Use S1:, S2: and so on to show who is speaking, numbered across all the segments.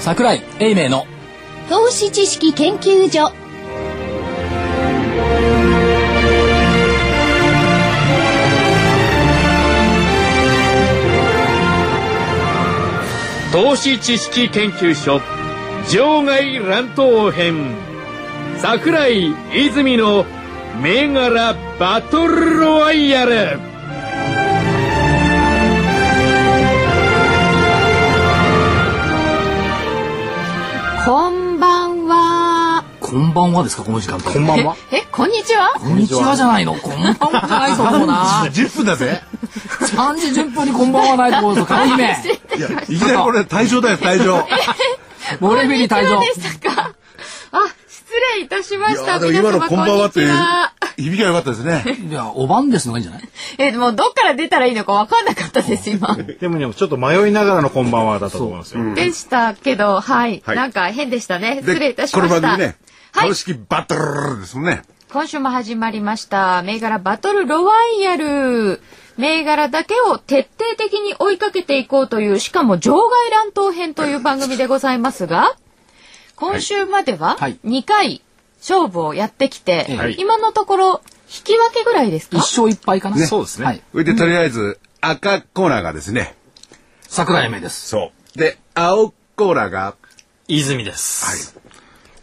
S1: 桜井英明の
S2: 投資知識研究所
S3: 投資知識研究所場外乱闘編桜井泉の銘柄バトルロワイヤル
S2: こんばんは
S1: こんばんはですかこの時間こ
S4: こんばんは。
S2: えこんにちは
S1: こんにちはじゃないのこんばんはじゃないと思う な
S4: 10分だぜ。
S1: 3時10分にこんばんはないと思うぞ亀姫
S4: いや、 いきなりこれ退場だよ、退場。
S1: ボレビリ退場
S2: でしたかあ失礼いたしま
S4: い
S2: した
S4: や、でも今のこんばんはっていう
S2: 皆様こんにちは、
S4: 響きが良かったです ね。
S1: いやお晩ですのがいいんじゃない
S2: えもうどっから出たらいいのか分かんなかったです今
S5: でもね、ちょっと迷いながらのこんばんはだったと思いますよ。
S2: でしたけどはい、
S4: はい
S2: なんか変でしたね
S4: で
S2: 失礼いたしました
S4: この番組ね、
S2: はい
S4: 株式バトルですもんね。
S2: 今週も始まりました銘柄バトルロワイヤル銘柄だけを徹底的に追いかけていこうというしかも場外乱闘編という番組でございますが今週までは
S1: はい
S2: 2回勝負をやってきて、
S1: はい
S2: 今のところ引き分けぐらいですか
S1: 一勝一敗かな、
S4: ね
S5: そうですね
S1: はい
S4: それで、とりあえず、赤コーナーがですね。
S1: 桜井英明です
S4: そう。で、青コーナーが、
S5: 泉です。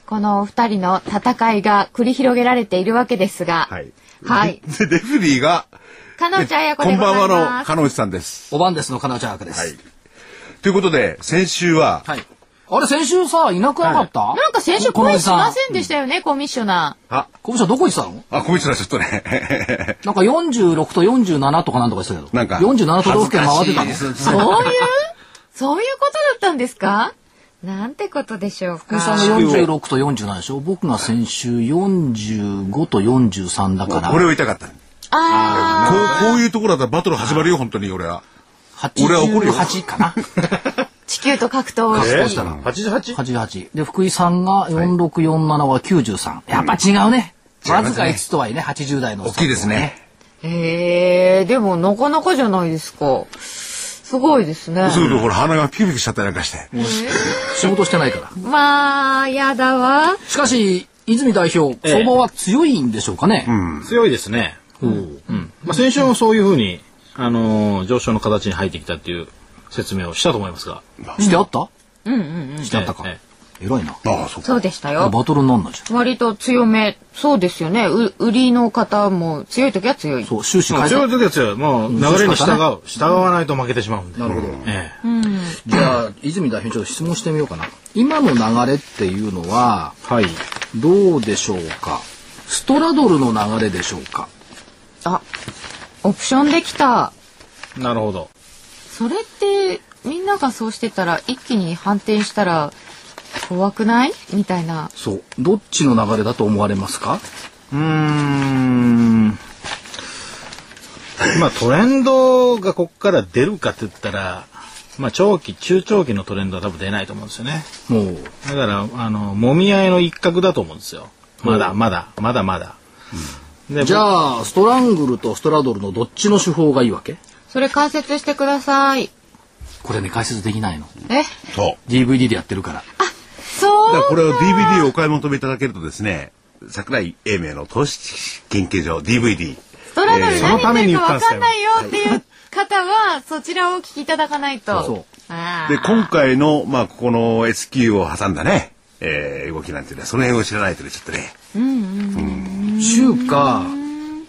S2: このお二人の戦いが繰り広げられているわけですが
S4: はい。
S2: はい
S4: で、レフェリーが、
S2: 加納ちゃんやこ
S4: こ
S2: で
S4: ん
S2: ござ
S4: ば
S2: い
S4: ん
S2: ます
S4: はの、カノウさんです。
S1: お晩ですの金内役です
S4: はいということで、先週は、
S1: はい、あれ先週さいなくなかった、
S2: なんか先週
S1: このお
S2: 声
S1: じ
S2: し
S1: さ
S2: ま
S1: ん
S2: せんでしたよね、コミッショナー。
S4: あ、
S1: この人どこ行ってたの
S4: あ、こいつらちょっと ね、
S1: なんか46と47とかなんとかしてたけど。
S4: なんか
S1: 47都道府県回ってたの
S4: 恥ずかしいです
S1: そう
S2: そういうそういうことだったんですかなんてことでしょう
S1: 福井さんが
S2: か。
S1: 46と47でしょ僕が先週45と43だから。
S4: これを言いたかった。こ
S2: あ
S4: う、こういうところだったらバトル始まるよ、本当に、俺は。俺は怒るよ
S1: 88か な。
S2: ー地球と格闘を
S5: え
S2: し
S5: ー、88?
S1: 88。で、福井さんが4647は93。やっぱ違うね。
S4: 違います
S1: わ
S4: ね
S1: ずか5つとはいえね、80代のおっ
S4: 大
S1: さん
S4: きい
S1: とか
S4: ですね。。
S2: えー、でもなかなかじゃないですか。すごいですね。
S4: そうそう、ほら、鼻がピクピクしちゃったりなんかして。
S1: 仕事してないから。
S2: まあ、やだわ。
S1: しかし、泉代表、
S5: ええ
S1: 相場は強いんでしょうかね。
S5: 強いですね。うん。まあ、先週もそういうふうに、あのー上昇の形に入ってきたっていう説明をしたと思いますが。
S1: してあったうんうんうん。してあったか
S5: え。
S1: 偉いな。
S4: ああ、そうか。
S2: そうでしたよ。
S1: バトルになんないじゃん。
S2: 割と強め。そうですよね。う売りの方も強い時は強い。
S1: そう、終始
S5: ま
S1: 変
S5: あ
S1: え
S5: 強
S1: た
S5: い。時は強い。もう流れに従う。従わないと負けてしまうんで。なるほど。ええ
S1: じゃあ、泉代表、ちょっと質問してみようかな。今の流れっていうのは、
S5: はい。
S1: どうでしょうかストラドルの流れでしょうか
S2: あ、オプションできた。
S5: なるほど。
S2: それってみんながそうしてたら一気に反転したら怖くないみたいな
S1: そう。どっちの流れだと思われますか
S5: うーん。まあトレンドがここから出るかって言ったら、まあ長期、中長期のトレンドは多分出ないと思うんですよね。
S1: もう、
S5: だから、あの、もみ合いの一角だと思うんですよ。まだ、まだ、まだまだ。で
S1: じ
S5: あ、
S1: ゃあ、ストラングルとストラドルのどっちの手法がいいわけ
S2: それ解説してください
S1: これね、解説できないの。
S2: え
S4: そう。
S1: DVD でやってるから。
S4: だから
S2: そう
S4: これを DVD をお買い求めいただけるとですね、桜井英明の投資知識研究所 DVD。
S2: ストラドル
S5: そのため
S2: 何言
S5: に
S2: って
S5: 言
S2: る
S5: った
S2: か
S5: ん
S2: 分
S5: です
S2: か
S5: よ
S2: んないよっていう方はそちらをお聞きいただかないと
S1: そう
S2: あ
S4: で、今回の、まあ、ここの S q を挟んだね、えー動きなんてね、その辺を知らないとね、ちょっとね。
S1: 中華、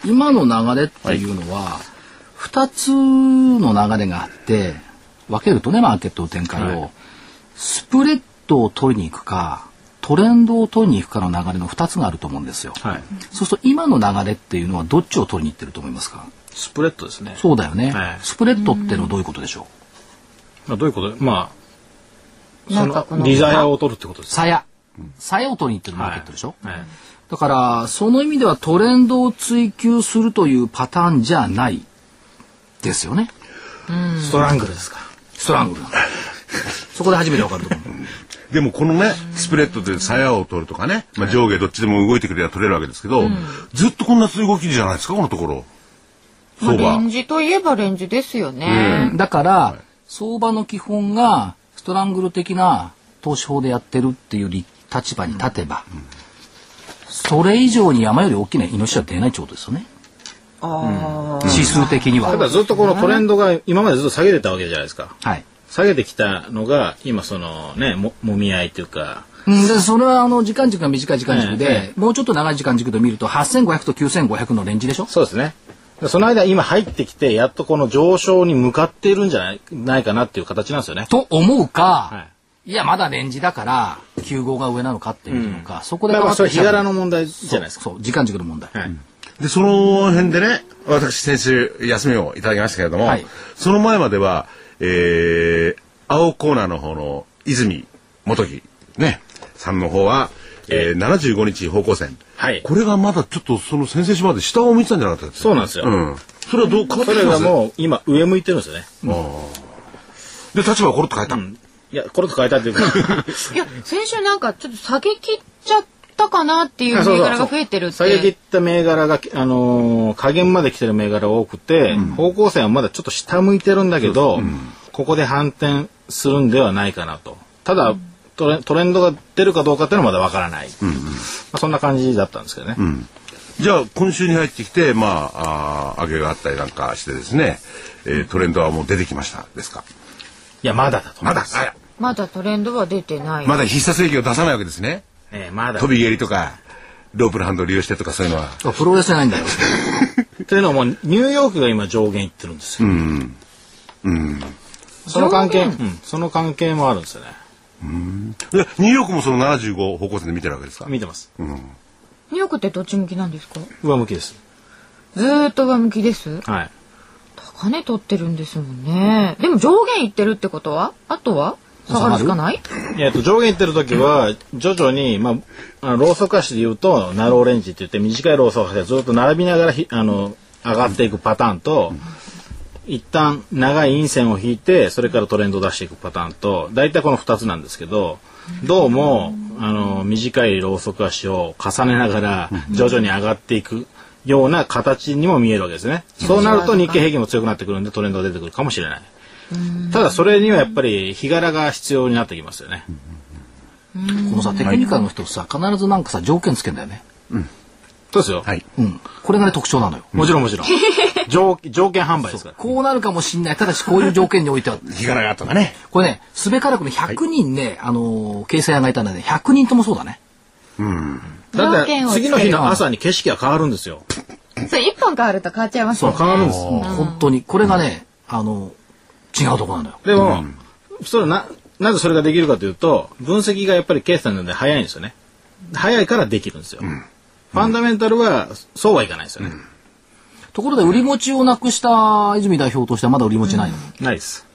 S1: 今の流れっていうのは、二つの流れがあって、分けるとね、マーケットの展開を、スプレッドを取りに行くか、トレンドを取りに行くかの流れの二つがあると思うんですよ。
S5: はい。
S1: そうすると今の流れっていうのはどっちを取りに行ってると思いますか
S5: スプレッドですね。
S1: そうだよね、
S5: はい
S1: スプレッドってのはどういうことでしょう
S5: まあ、どういうことまあ、
S2: な
S5: そ
S2: んかこの
S5: の、リザヤを取るってことですね。
S1: 鞘鞘を取りに行ってるマーケットでしょ、
S5: はいはい
S1: だからその意味ではトレンドを追求するというパターンじゃないですよね
S5: ストラングルですか。
S1: ストラングルなん だそこで初めてわかると思う
S4: でもこのね、スプレッドで鞘を取るとかね、まあ、上下どっちでも動いてくれば取れるわけですけど、ずっとこんな動きじゃないですか、このところ。相
S2: まあレ
S4: 場
S2: ン。ジといえばレンジですよね、
S1: だから相場の基本がストラングル的な投資法でやってるっていう立立場に立てば、それ以上に山より大きなイノシシは出ないってことですよね。指数的には。
S5: ただずっとこのトレンドが今までずっと下げてたわけじゃないですか。
S1: はい。
S5: 下げてきたのが、今そのね、も、もみ合いというか、
S1: うん、でそれはあの時間軸が短い時間軸で、
S5: え
S1: もうちょっと長い時間軸で見ると8500と9500のレンジでしょ
S5: そうですね。でその間今入ってきて、やっとこの上昇に向かっているんじゃないないかなっていう形なんですよね。
S1: と思うか、、
S5: はい
S1: やまだレンジだから9号が上なのかっていうのか、そこで
S5: だからそれ日柄の
S1: 問
S5: 問題じゃないですか。
S1: そうそう時間軸の問題、
S5: はい
S4: で、その辺でね、私先週休みをいただきましたけれども、
S1: はい
S4: その前までは、えー、青コーナーの方の泉元木、ね、さんの方は、えー、75日方向線。
S5: はい
S4: これがまだちょっとその先々週まで下を見てたんじゃなかった
S5: そうなんですよ
S4: うん。それはどう変わっ
S5: そ
S4: てき
S5: れ
S4: ま
S5: が
S4: す
S5: もう今上向いてるんですよね。
S4: で、立場をコロッと変えた。
S5: いや、これと変えたっていうか。
S2: いや、先週なんかちょっと下げ切っちゃったかなっていう銘柄が増えてるって。
S5: 下げ切った銘柄が、あのー、下限まで来てる銘柄多くて、方向性はまだちょっと下向いてるんだけど、ここで反転するんではないかなと。ただ、トレトレンドが出るかどうかっていうのはまだわからない。まあ、そんな感じだったんですけどね。
S4: じゃあ、今週に入ってきて、まあ、あー上げがあったりなんかしてですね、えートレンドはもう出てきましたですか。
S5: いや、まだだと思
S4: ま
S5: い
S4: だ
S5: ま、す。
S4: あら
S2: まだトレンドは出てない。
S4: まだ必殺益を出さないわけですね。
S5: えーまだ。
S4: 飛び蹴りとか、ロープのハンドル利用してとかそういうのは。
S1: プロレスじゃないんだよ
S5: というのも、ニューヨークが今上限いってるんですよ。その関係、
S2: 上
S5: うんその関係もあるんですよね。
S4: でニューヨークもその75方向線で見てるわけですか。
S5: 見てます。
S2: ニューヨークってどっち向きなんですか
S5: 上向きです。
S2: ずーっと上向きです。
S5: はい。
S2: 高値取ってるんですもんね。でも上限いってるってことはあとは下がるしかない
S5: えっと、上限いってる時は、徐々に、まあ、あのローソク足で言うと、ナローレンジって言って、短いローソク足がずっと並びながらひ、あの、上がっていくパターンと、一旦長い陰線を引いて、それからトレンドを出していくパターンと、大体この2つなんですけど、どうも、あの、短いローソク足を重ねながら、徐々に上がっていくような形にも見えるわけですね。そうなると日経平均も強くなってくるんで、トレンドが出てくるかもしれない。ただそれにはやっぱり日柄が必要になってきますよね。
S1: このさテクニカルの人さ必ずなんかさ条件つけんだよね
S5: そうですよ。
S4: はい。
S1: うんこれがね特徴なのよ
S5: もちろんもちろん。条条件販売ですから。
S1: こうなるかもしんないただしこういう条件においては
S4: 日柄があったかね。
S1: これねすべからくね100人ね、あのー、掲載上がいたんでね100人ともそうだね
S5: だ
S2: 条
S5: って
S2: 件をつけ
S5: 次
S2: る
S5: の日の朝に景色が変わるんですよ。
S2: それ一本変わると変わっちゃいますよね。
S5: 変わるんです。
S1: うん本当にこれがね、あの違うところなんだよ
S5: でも、それな、なぜそれができるかというと、分析がやっぱり計算なので早いんですよね。早いからできるんですよ。ファンダメンタルは、そうはいかないですよね。
S1: ところで売り持ちをなくした泉代表としてはまだ売り持ちないの、
S5: ないです。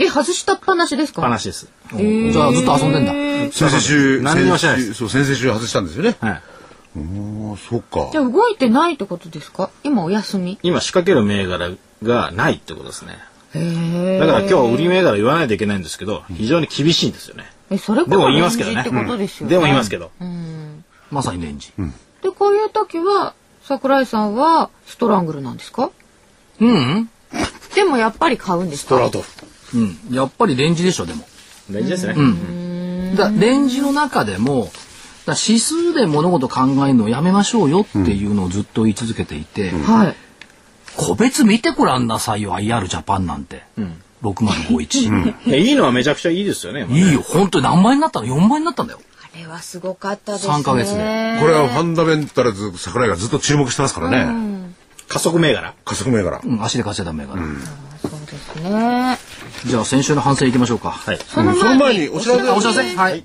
S2: え、外したっぱなしですか
S5: 話です。
S1: じゃあずっと遊んでんだ
S4: 先々週、
S5: 何にもしてないです
S4: 先々週そう、先々週外したんですよね。
S5: はい。
S4: ああ、そっか
S2: じゃ。あ動いてないってことですか今お休み。
S5: 今仕掛ける銘柄がないってことですね。
S2: へえ。
S5: だから今日売り銘柄言わないといけないんですけど、非常に厳しいんですよね。
S2: え、それこ
S5: でも
S2: そ
S5: 言い
S2: レン
S5: ます
S2: ジ
S5: けどね
S2: って。ことですよね。
S5: でも言いますけど。
S1: まさにレンジ、うん、
S2: で、こういう時は、桜井さんはストラングルなんですか
S1: うん
S2: でもやっぱり買うんですか
S5: トフ。
S1: うんやっぱりレンジでしょでも
S5: 大事ですね。
S1: だレンジの中でもだ指数で物事考えるのをやめましょうよっていうのをずっと言い続けていて、
S2: はい。
S1: 個別見てごらんなさいよ IR ジャパンなんて、6051、
S5: いやいいのはめちゃくちゃいいですよね。今ね
S1: いいよ本当に何倍になったの4倍になったんだよ
S2: あれはすごかったですね。
S1: 三ヶ月で
S2: で
S4: これはファンダメンタルズ桜井がずっと注目してますからね。
S5: 加速銘柄。
S4: 加速銘柄。
S1: うん、足で稼いだ銘柄、
S2: そうですね。
S1: じゃあ先週の反省いきましょうか。はい
S2: その
S4: その
S2: 前
S4: 前
S2: に
S4: にお知らせ
S1: あお知らせはい。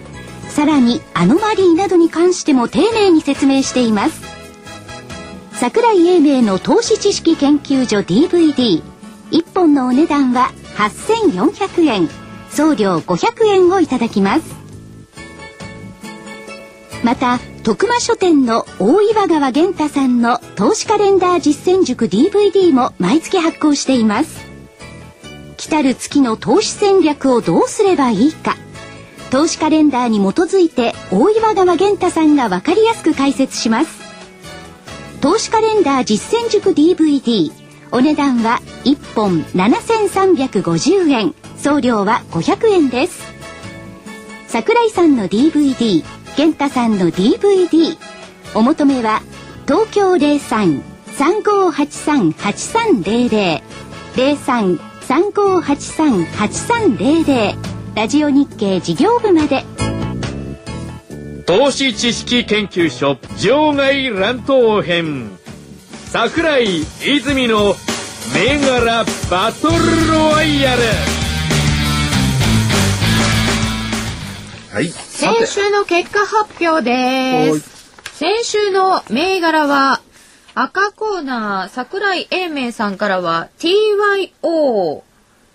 S6: さらにアノマリーなどに関しても丁寧に説明しています桜井英明の投資知識研究所 DVD 1本のお値段は8400円送料500円をいただきますまた徳間書店の大岩川源太さんの投資カレンダー実践塾 DVD も毎月発行しています来たる月の投資戦略をどうすればいいか投資カレンダーに基づいて大岩川源太さんが分かりやすく解説します投資カレンダー実践塾 DVD お値段は1本7350円送料は500円です桜井さんの DVD 健太さんの DVD お求めは東京03-3583-8300 03-3583-8300ラジオ日経事業部まで
S3: 投資知識研究所場外乱闘編桜井泉の銘柄バトルロワイヤル
S4: はい。さて
S2: 先週の結果発表です。先週の銘柄は、赤コーナー、桜井英明さんからは、TYO45、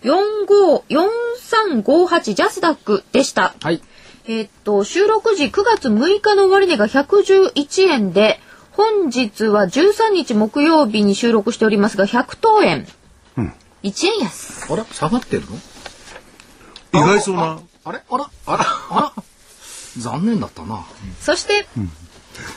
S2: 4358ジャスダックでした。
S1: はい。
S2: えっと、収録時9月6日の終値が111円で、本日は13日木曜日に収録しておりますが、100等円。1円安。
S1: あれ下がってるの
S4: 意外そうな。
S1: あれあらあらあら残念だったな。
S2: そして、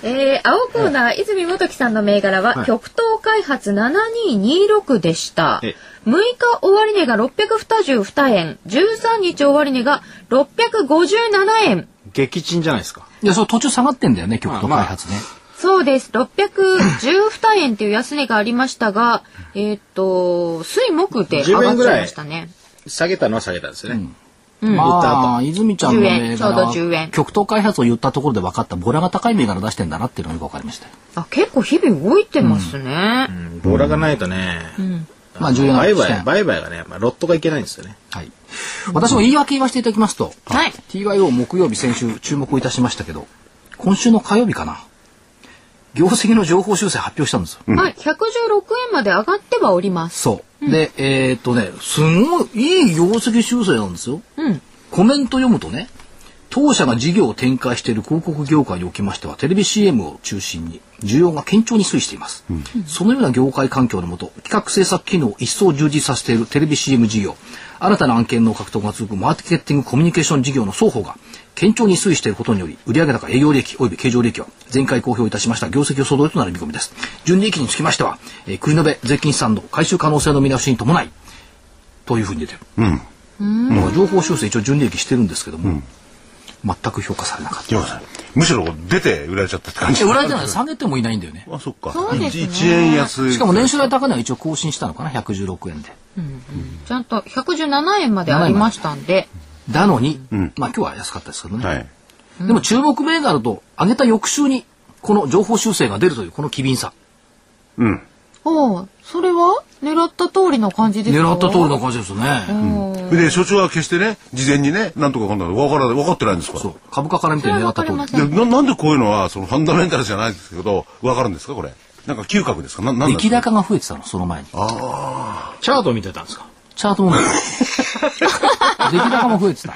S2: えー青コーナー、泉元樹さんの銘柄は、極東開発7226でした。
S5: ええ
S2: 6日終値が622円、13日終値が657円。
S5: 激沈じゃないですか。
S1: いや、そう途中下がってんだよね、極東
S5: まあ
S1: 開
S5: まあ
S1: 発ね。
S2: そうです。612円っていう安値がありましたが、えーっと、水木で上がっちゃいましたね。
S5: 下げたのは下げたんですよね。
S1: まあ、泉ちゃんの銘柄は
S2: 10円ちょうど10円
S1: 極東開発を言ったところで分かったボラが高い銘柄出してんだなっていうのがよく分かりましたよ
S2: あ、結構日々動いてますね。
S5: ボラがないとね、
S1: まあ重要な
S5: 売
S1: 視
S5: 買、
S1: 点
S5: 売買がね、まあ、ロットがいけないんですよね。
S1: はい、私も言い訳言わせていただきますと、
S2: はい
S1: TYO 木曜日先週注目をいたしましたけど今週の火曜日かな業績の情報修正発表したんですよ、
S2: はい、116円まで上がってはおります。
S1: そう、でえーっとねすごいいい業績修正なんですよ、
S2: うん。
S1: コメント読むとね当社が事業を展開している広告業界におきましてはテレビ CM を中心に需要が堅調に推移しています、そのような業界環境のもと企画制作機能を一層充実させているテレビ CM 事業新たな案件の獲得が続くマーケティングコミュニケーション事業の双方が堅調に推移していることにより売上高営業利益及び経常利益は前回公表いたしました業績予想通りとなる見込みです純利益につきましては、えー、繰り延べ税金資産の回収可能性の見直しに伴いというふうに出てる
S4: うん。
S1: だから情報修正一応純利益してるんですけども、全く評価されなかった。
S4: ようこさんむしろ出て売られちゃったって感じ。
S1: え売られてない下げてもいないんだよね。
S4: あ、そっか。
S2: そうですね
S4: 一円安い。
S1: しかも年収来高値は一応更新したのかな、116円で。
S2: ちゃんと117円までありましたんで、
S1: だのに、
S4: ん
S1: まあ今日は安かったですけどね。
S4: はい。
S1: でも注目銘柄と上げた翌週に、この情報修正が出るという、この機敏さ。
S4: うん。
S2: おうそれは狙った通りの感じですか
S1: 狙った通りの感じですよね。
S4: で、所長は決してね、事前にね、なんとかこんなの分からない、分かってないんですから。
S1: そ。
S4: そう
S1: 株価から見て狙った通
S2: それはわかり
S1: り
S2: ま。せ
S4: でななんでこういうのは、そのファンダメンタルじゃないですけど、分かるんですか、これ。なんか嗅覚ですかななんなんです
S1: 出来
S4: か
S1: 高が増えてたの、その前に。
S5: チャート見てたんですか
S1: チャートもね出来高も増えてた。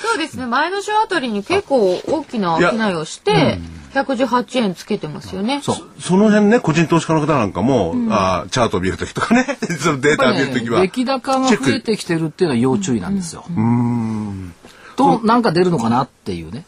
S2: そうですね前の週あたりに結構大きな商いをして118円つけてますよね
S1: そう。
S4: その辺ね、個人投資家の方なんかも、あーチャート見るときとかね、 そのデータ見るときは。
S1: 出来高が増えてきてるっていうのは要注意なんですよ。となんか出るのかなっていうね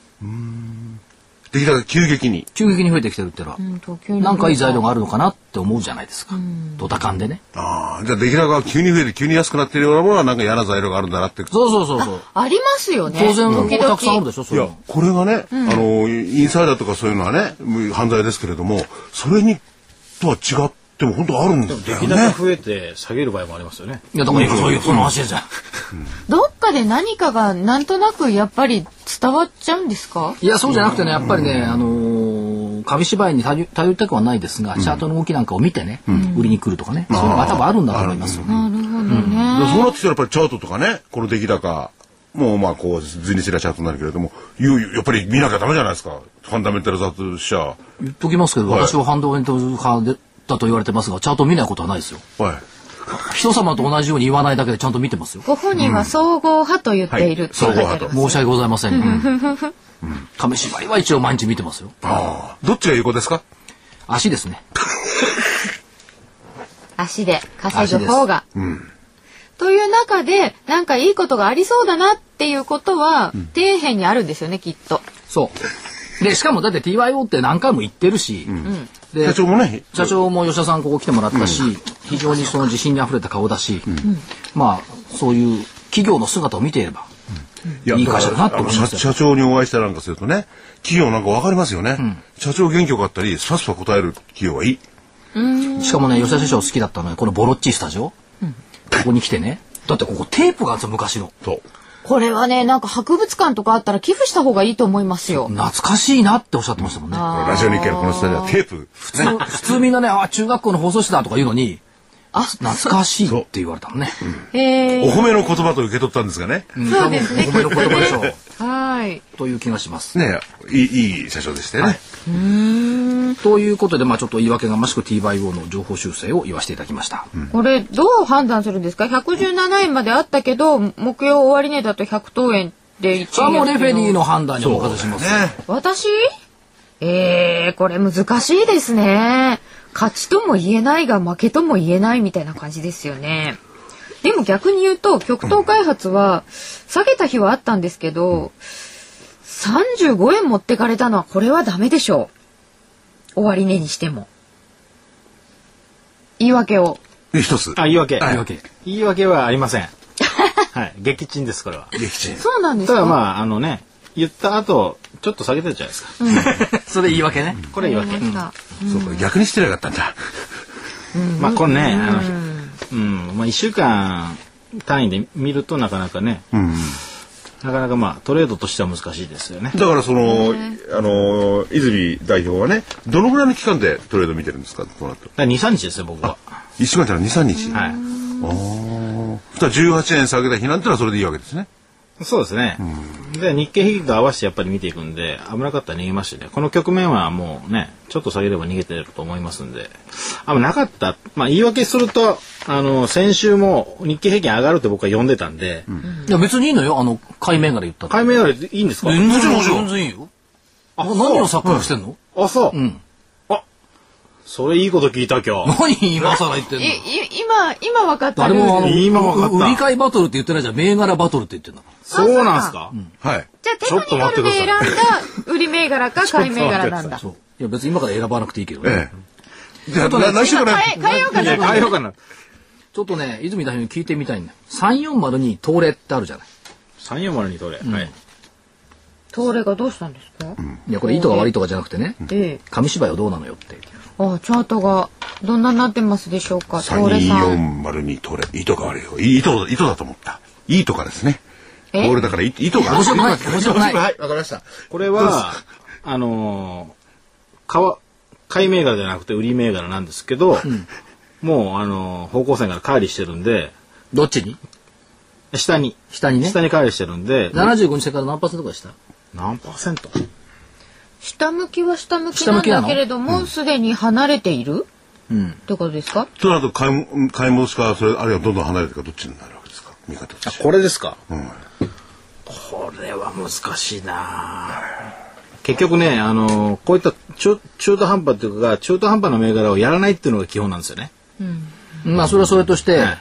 S4: 出来高急激に。
S1: 急激に増えてきてるっていうのは、なんかいい材料があるのかなって思うじゃないですか、ドタカンでね
S4: ああ、じゃあ出来高が急に増えて、急に安くなっているようなものは、なんか嫌な材料があるんだなって。
S1: そうそうそうそう
S2: ありますよね
S1: 当然
S2: 時々
S1: たくさんあるでしょそ
S4: い
S1: れ
S4: や
S1: も
S4: これがね、あのインサイダーとかそういうのはね犯罪ですけれどもそれにとは違っても本当あるんだよ
S5: 出来
S4: ね
S5: 高増えて下げる場合もありますよね。
S1: いやだからそういうその話じゃん
S2: どっかで何かがなんとなくやっぱり伝わっちゃうんですか
S1: いやそうじゃなくてねやっぱりねあのー紙芝居に頼頼りたくはないですがチャートの動きなんかを見てね、売りに来るとかね、そういうのが多分あるんだと思いますよ、
S2: なるほどね、
S4: でそうなってきたらやっぱりチャートとかねこの出来高もうまあこう図にすりゃチャートになるけれどもいうやっぱり見なきゃダメじゃないですかファンダメンタルザとしちゃ
S1: 言っときますけど、
S4: はい
S1: 私はハンドウェント派でだと言われてますがチャート見ないことはないですよ
S4: はい
S1: 人様と同じように言わないだけでちゃんと見てますよ。
S2: ご本人は総合派と言っているって書いてあります
S1: 申し訳ございませんが。うん紙芝居は一応毎日見てますよ。
S4: ああ。どっちが有効ですか
S1: 足ですね。
S2: 足で稼ぐ方が。という中で、なんかいいことがありそうだなっていうことは、底辺にあるんですよね、きっと。
S1: そう。で、しかもだって TYO って何回も行ってるし、で
S4: 社長もね、
S1: 社長も吉田さんここ来てもらったし、非常にその自信にあふれた顔だし、まあ、そういう企業の姿を見ていれば、
S4: いや
S1: いい会社だなと
S4: あ
S1: 思
S4: の
S1: いま
S4: 社
S1: すよ
S4: 社長にお会いしたりなんかするとね、企業なんかわかりますよね。社長元気よかったり、スパスパ答える企業はいい。
S1: しかもね、吉田社長好きだったのは、このボロッチスタジオ、ここに来てね、だってここテープがあるんですよ、昔の。
S4: そう。
S2: これはね、なんか博物館とかあったら寄付した方がいいと思いますよ。
S1: 懐かしいなっておっしゃってましたもんね。
S4: ラジオ日経のこのスタジオはテープ。
S1: 普通、普通みんなね、あ、中学校の放送室だとか言うのに、
S2: あ、
S1: 懐かしいって言われたのね。
S2: へ
S4: お
S2: え。
S4: 褒めの言葉と受け取ったんですがね。
S1: うん
S2: そうですね
S1: 多分お褒めの言葉でしょう。
S2: はい。
S1: という気がします。
S4: ねいい、いい社長でしたよね。
S1: ということで、まあちょっと言い訳がましく TYO の情報修正を言わせていただきました。
S2: これ、どう判断するんですか ?117 円まであったけど、目標終値だと100等円で1円。
S1: それはもうレフェリーの判断にお任せします。
S2: 私えー、これ難しいですね。勝ちとも言えないが負けとも言えないみたいな感じですよね。でも逆に言うと極東開発は下げた日はあったんですけど35円持ってかれたのはこれはダメでしょう。終値にしても。言い訳を。
S4: で、一つ。
S5: あ、言い訳。
S1: というわけで
S5: 言い訳はありません。はい。撃沈です、これは。
S4: 撃沈。
S2: そうなんです
S5: ただ
S2: か
S5: まあ、あのね、言った後、ちょっと下げてるじゃないですか。
S1: それ言い訳ね。
S5: これ言い訳。
S4: そうか、逆にしてなかったんだ。
S5: まあ、これね、あの、うん、まあ、一週間単位で見るとなかなかね、
S4: うん。
S5: なかなかまあ、トレードとしては難しいですよね。
S4: だからその、あの、泉代表はね、どのぐらいの期間でトレード見てるんですかこうなると。
S5: だ2、3日ですよ、僕は。
S4: 1週間から2、3日。
S5: はい。
S4: そしたら18円下げた日なんてのはそれでいいわけですね。
S5: そうですね。で、日経平均と合わせてやっぱり見ていくんで、危なかったら逃げましたね。この局面はもうね、ちょっと下げれば逃げてると思いますんで。あ、なかった。まあ、言い訳すると、あの、先週も日経平均上がるって僕は読んでたんで、
S1: いや別にいいのよ、あの、海面から言ったって。
S5: 買い目よりいいんですか
S1: 全然全然いいよ。あ、何を錯覚してんの
S5: あ、そう。
S1: ん
S5: あ、それいいこと聞いた今日。
S1: 何今更言ってん
S2: い
S1: の
S2: い今、今分かった
S1: 誰
S2: ルール
S1: もあの、
S5: 今わかった
S1: 売り買いバトルって言ってないじゃん。銘柄バトルって言ってんだから。
S5: そうなんですか、
S4: はい。
S2: じゃあテクニカルで選んだ売り銘柄か買い銘柄なんだ。
S1: そう。いや別に今から選ばなくていいけどね。
S4: ええ。じゃあ、な来週から。
S2: 変え、変えようか
S5: いや、
S2: な。
S5: 変えようかな。
S1: ちょっとね、泉代表に聞いてみたいんだよ。340に東レってあるじゃない。
S5: 340にどれ、はい。
S2: 東レがどうしたんですか、
S1: いや、これいいとか悪いとかじゃなくてね、
S2: ええ。
S1: 紙芝居はどうなのよって。
S2: あチャートがどんなになってますでしょうか東レさん。
S4: 3242トレ。糸が悪いよ。いい糸、糸だと思った。いいとかですね。
S2: え
S4: ボールだからい糸が。
S1: 面白くない面白くない
S4: はい、わかりました。
S5: これは、あのー、かわ、買い銘柄じゃなくて売り銘柄なんですけど、もう、あのー方向線から乖離してるんで、
S1: どっちに
S5: 下に、
S1: 下にね。
S5: 下に乖離してるんで、
S1: 75日線から何パーセントかした
S5: 何パーセント
S2: 下向きは下向き
S1: 下
S2: なん
S1: 向きな
S2: だ
S1: の
S2: けれども、すでに離れている
S1: うん。
S2: ってことですか
S4: となると買いも、買い戻しか、それ、あるいはどんどん離れてか、どっちになるわけですか。見方として。
S5: これですか
S4: うん。
S5: これは難しいな結局ね、あのーこういった中中途半端というか、中途半端な銘柄をやらないっていうのが基本なんですよね。
S1: まあそれはそれとして、
S5: はい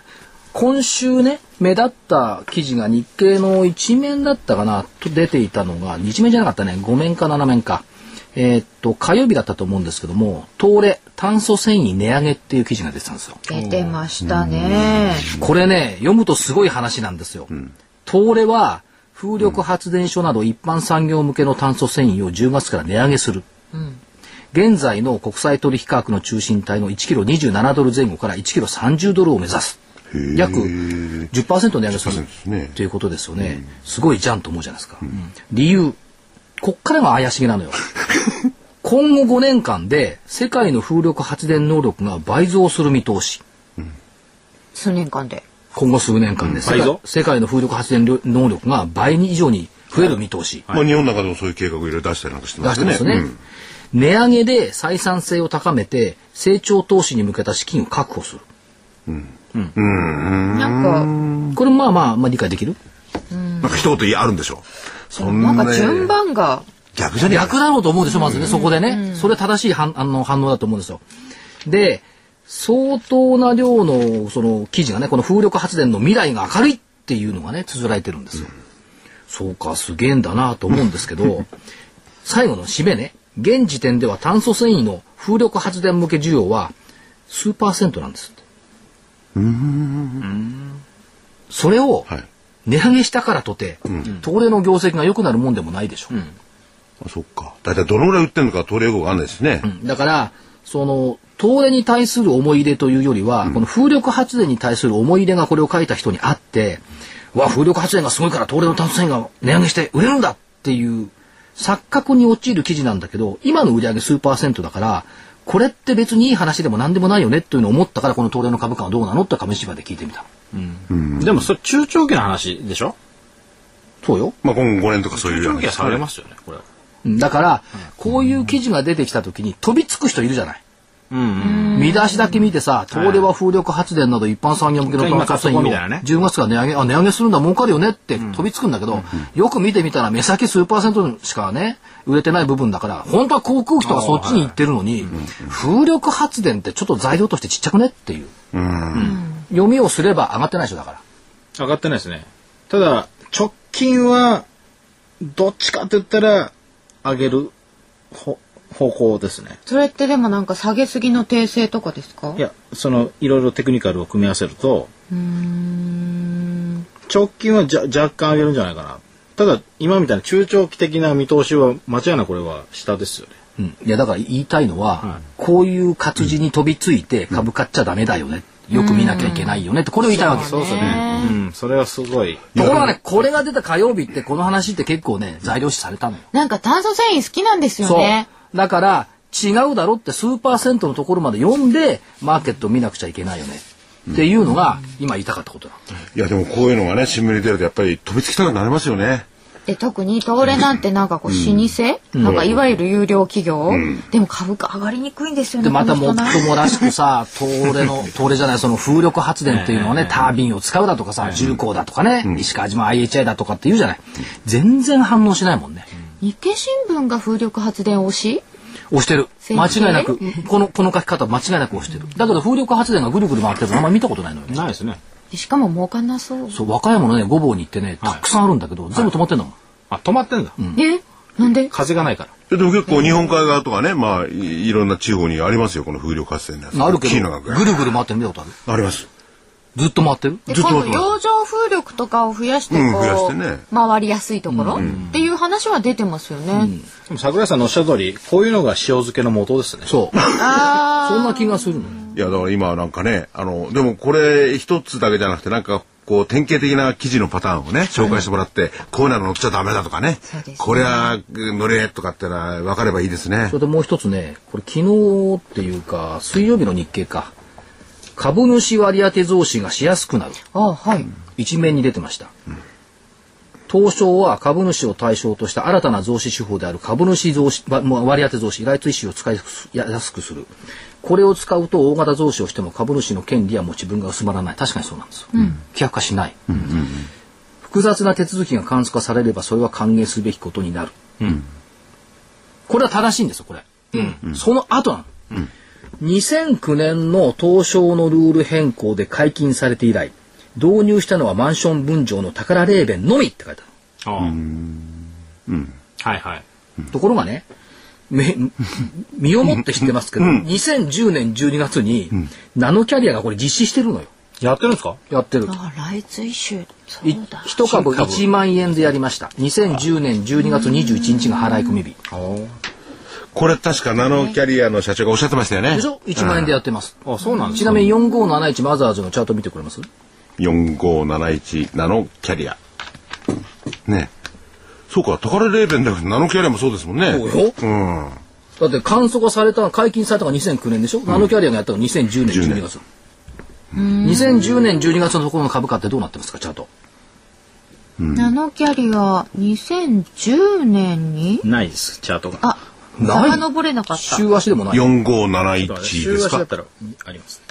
S1: 今週ね目立った記事が日経の一面だったかなと出ていたのが一面じゃなかったね5面か7面かえーっと火曜日だったと思うんですけども東レ炭素繊維値上げっていう記事が出てたんですよ
S2: 出てましたね。
S1: これね読むとすごい話なんですよ、東レは風力発電所など一般産業向けの炭素繊維を10月から値上げする、現在の国際取引価格の中心帯の1キロ27ドル前後から1キロ30ドルを目指す約10%値上げす
S4: 10%
S1: る
S4: ですね
S1: ということですよね、すごいじゃんと思うじゃないですか、理由こっからが怪しげな のよ今後5年間で世界の風力発電能力が倍増する見通し、
S2: 数年間で。
S1: 今後数年間で世
S5: 倍
S1: 界,、
S5: 増
S1: 世界の風力発電量能力が倍に以上に増える見通し
S4: まあ、日本の中でもそういう計画をいろいろ出したりなんかして
S1: 出
S4: ま
S1: し
S4: す
S1: て
S4: よ
S1: ま
S4: ね。
S1: すね。
S4: うん
S1: 値上げで採算性を高めて成長投資に向けた資金を確保する。
S2: なんか、
S1: これまあまあ、まあ理解できる
S4: なんか一言あるんでしょそん
S2: な
S4: なん
S2: か
S4: ね
S2: 順番が、
S4: 逆じゃねえか
S1: 逆だろうと思うでしょ、まずね、そこでね。それ正しい反あの反応だと思うんですよ。で、相当な量の、その、記事がね、この風力発電の未来が明るいっていうのがね、綴られてるんですよ。そうか、すげえんだなと思うんですけど、最後の締めね、現時点では炭素繊維の風力発電向け需要は、数パーセントなんですって。それを
S4: はい、
S1: 値上げしたからとて、東レの業績が良くなるもんでもないでしょう。
S4: あそっか大体どのぐらい売ってるのか取りよくわかんないですね、
S1: だからその東電に対する思い入れというよりは、この風力発電に対する思い入れがこれを書いた人にあってわ風力発電がすごいから東電の炭素繊維が値上げして売れるんだっていう錯覚に陥る記事なんだけど今の売り上げ数パーセントだからこれって別にいい話でも何でもないよねというのを思ったからこの東電の株価はどうなのって紙芝居で聞いてみた
S5: でもそれ中長期の話でしょ
S1: そうよ
S4: まあ今後5年とかそうい
S5: 中
S4: う
S5: 長期は下
S4: れ
S5: げますよねこれは
S1: うんだからこういう記事が出てきた時に飛びつく人いるじゃない
S5: うん
S1: 見出しだけ見てさ、東レは風力発電など一般産業向けの炭素繊維を
S5: 今買っとこうみたいなね
S1: 10月から値上げ、あ、値上げするんだ、儲かるよねって飛びつくんだけど、よく見てみたら目先数パーセントしかね、売れてない部分だから、本当は航空機とかそっちに行ってるのに、風力発電ってちょっと材料としてちっちゃくねっていう。読みをすれば上がってないでしょ、だから。
S5: 上がってないですねただ直近はどっちかって言ったら上げるほ方向ですね
S2: それってでもなんか下げすぎの訂正とかですか
S5: いやそのいろいろテクニカルを組み合わせると直近はじゃ若干上げるんじゃないかなただ今みたいな中長期的な見通しは間違いなくこれは下ですよね
S1: うん、いやだから言いたいのは、こういう活字に飛びついて株買っちゃダメだよね、よく見なきゃいけないよねってこれを言いたいわけです
S5: そうですねうんそれはすごい
S1: ところがね、これが出た火曜日ってこの話って結構ね、材料視されたのよ。
S2: なんか炭素繊維好きなんですよ
S1: そ
S2: ね。
S1: う。だから、違うだろって数パーセントのところまで読んで、マーケットを見なくちゃいけないよね。っていうのが、今言いたかったことだ。
S4: いやでもこういうのがね新聞に出るとやっぱり飛びつきたくなりますよね
S2: で特に東レなんてなんかこう老舗、なんかいわゆる有料企業、でも株価上がりにくいんですよね。
S1: で、また
S2: こ
S1: も
S2: の
S1: っ
S2: 人な
S1: ともらしくさ、東レ の、東レじゃない、その風力発電っていうのはね、タービンを使うだとかさ、重工だとかね、石川島 IHI だとかって言うじゃない。全然反応しないもんね。
S2: 日経新聞が風力発電推し
S1: 押してる。
S2: 先
S1: 間
S2: 行
S1: 違いなく、この、この書き方間違いなく押してる。だけど風力発電がぐるぐる回ってるのあんま見たことないのよね。
S5: ないですね
S2: でしかも儲かんなそう。
S1: そう、和歌山のね、ごぼうに行ってね、
S5: はい
S1: たくさんあるんだけど、全部止まってんだもん。
S5: あ止まってんだ、
S2: えなんで
S5: 風がないから
S4: ででも結構日本海側とかねまあいいろんな地方にありますよこの風力発電のやつ
S1: あるけ
S4: 大きい
S1: ど
S4: のが、
S1: ぐるぐる回ってるの見たことある
S4: あります
S1: ずっと回ってる
S2: で
S4: ずっと
S2: 今
S4: 待
S2: 度
S4: ってます
S2: 洋上風力とかを増やしてこう、
S4: うん増やしてね
S2: 回りやすいところ、っていう話は出てますよね。
S5: でも桜井さんのおっしゃる通りこういうのが塩漬けの元ですね
S1: そう。
S2: あ
S1: そんな気がするの。
S4: いやだから今なんかねあのでもこれ一つだけじゃなくてなんかこう典型的な記事のパターンをね紹介してもらって、こういうの乗っちゃダメだとかね
S2: そうですね
S4: これは乗れとかってのは分かればいいですね
S1: それでもう一つね、これ昨日っていうか、水曜日の日経か。株主割当増資がしやすくなる。
S2: あ、あはい。
S1: 一面に出てました。東証は株主を対象とした新たな増資手法である株主増資、わもう割当増資、ライツ一種を使いやすくする。これを使うと大型増資をしても株主の権利や持ち分が薄まらない。確かにそうなんですよ。規約化しない。複雑な手続きが簡素化されればそれは歓迎すべきことになる。これは正しいんですよ、これ。その後なの。2009年の東証のルール変更で解禁されて以来導入したのはマンション分譲の宝レーベンのみって書いてある、
S5: ああはいはい
S1: ところがねめ身をもって知ってますけど、2010年12月に、ナノキャリアがこれ実施してるのよ
S5: やってるんですか
S1: やってる
S2: あ、ライツイシュー。そう
S1: い
S2: だ。
S1: 一株1万円でやりました2010年12月21日が払い込み日
S4: これ確かナノキャリアの社長がおっしゃってましたよね
S1: でしょ1万円でやってます、
S5: あそうなんです
S1: ちなみに4571マザーズのチャート見てくれます
S4: 4571ナノキャリアねそうか宝レーベンだけどナノキャリアもそうですもんね
S1: そうよ。だって簡素化された、解禁されたのが2009年でしょ、ナノキャリアがやったのが2010年12月。2010年12月のところの株価ってどうなってますか、チャート。
S2: ナノキャリア2010年に
S5: ないですチャートが
S2: あ、
S1: ない
S2: 遡れなかった。
S1: 週足でもない。
S4: 4571で
S5: 週
S4: す
S5: 足だっ
S4: か
S5: たらあります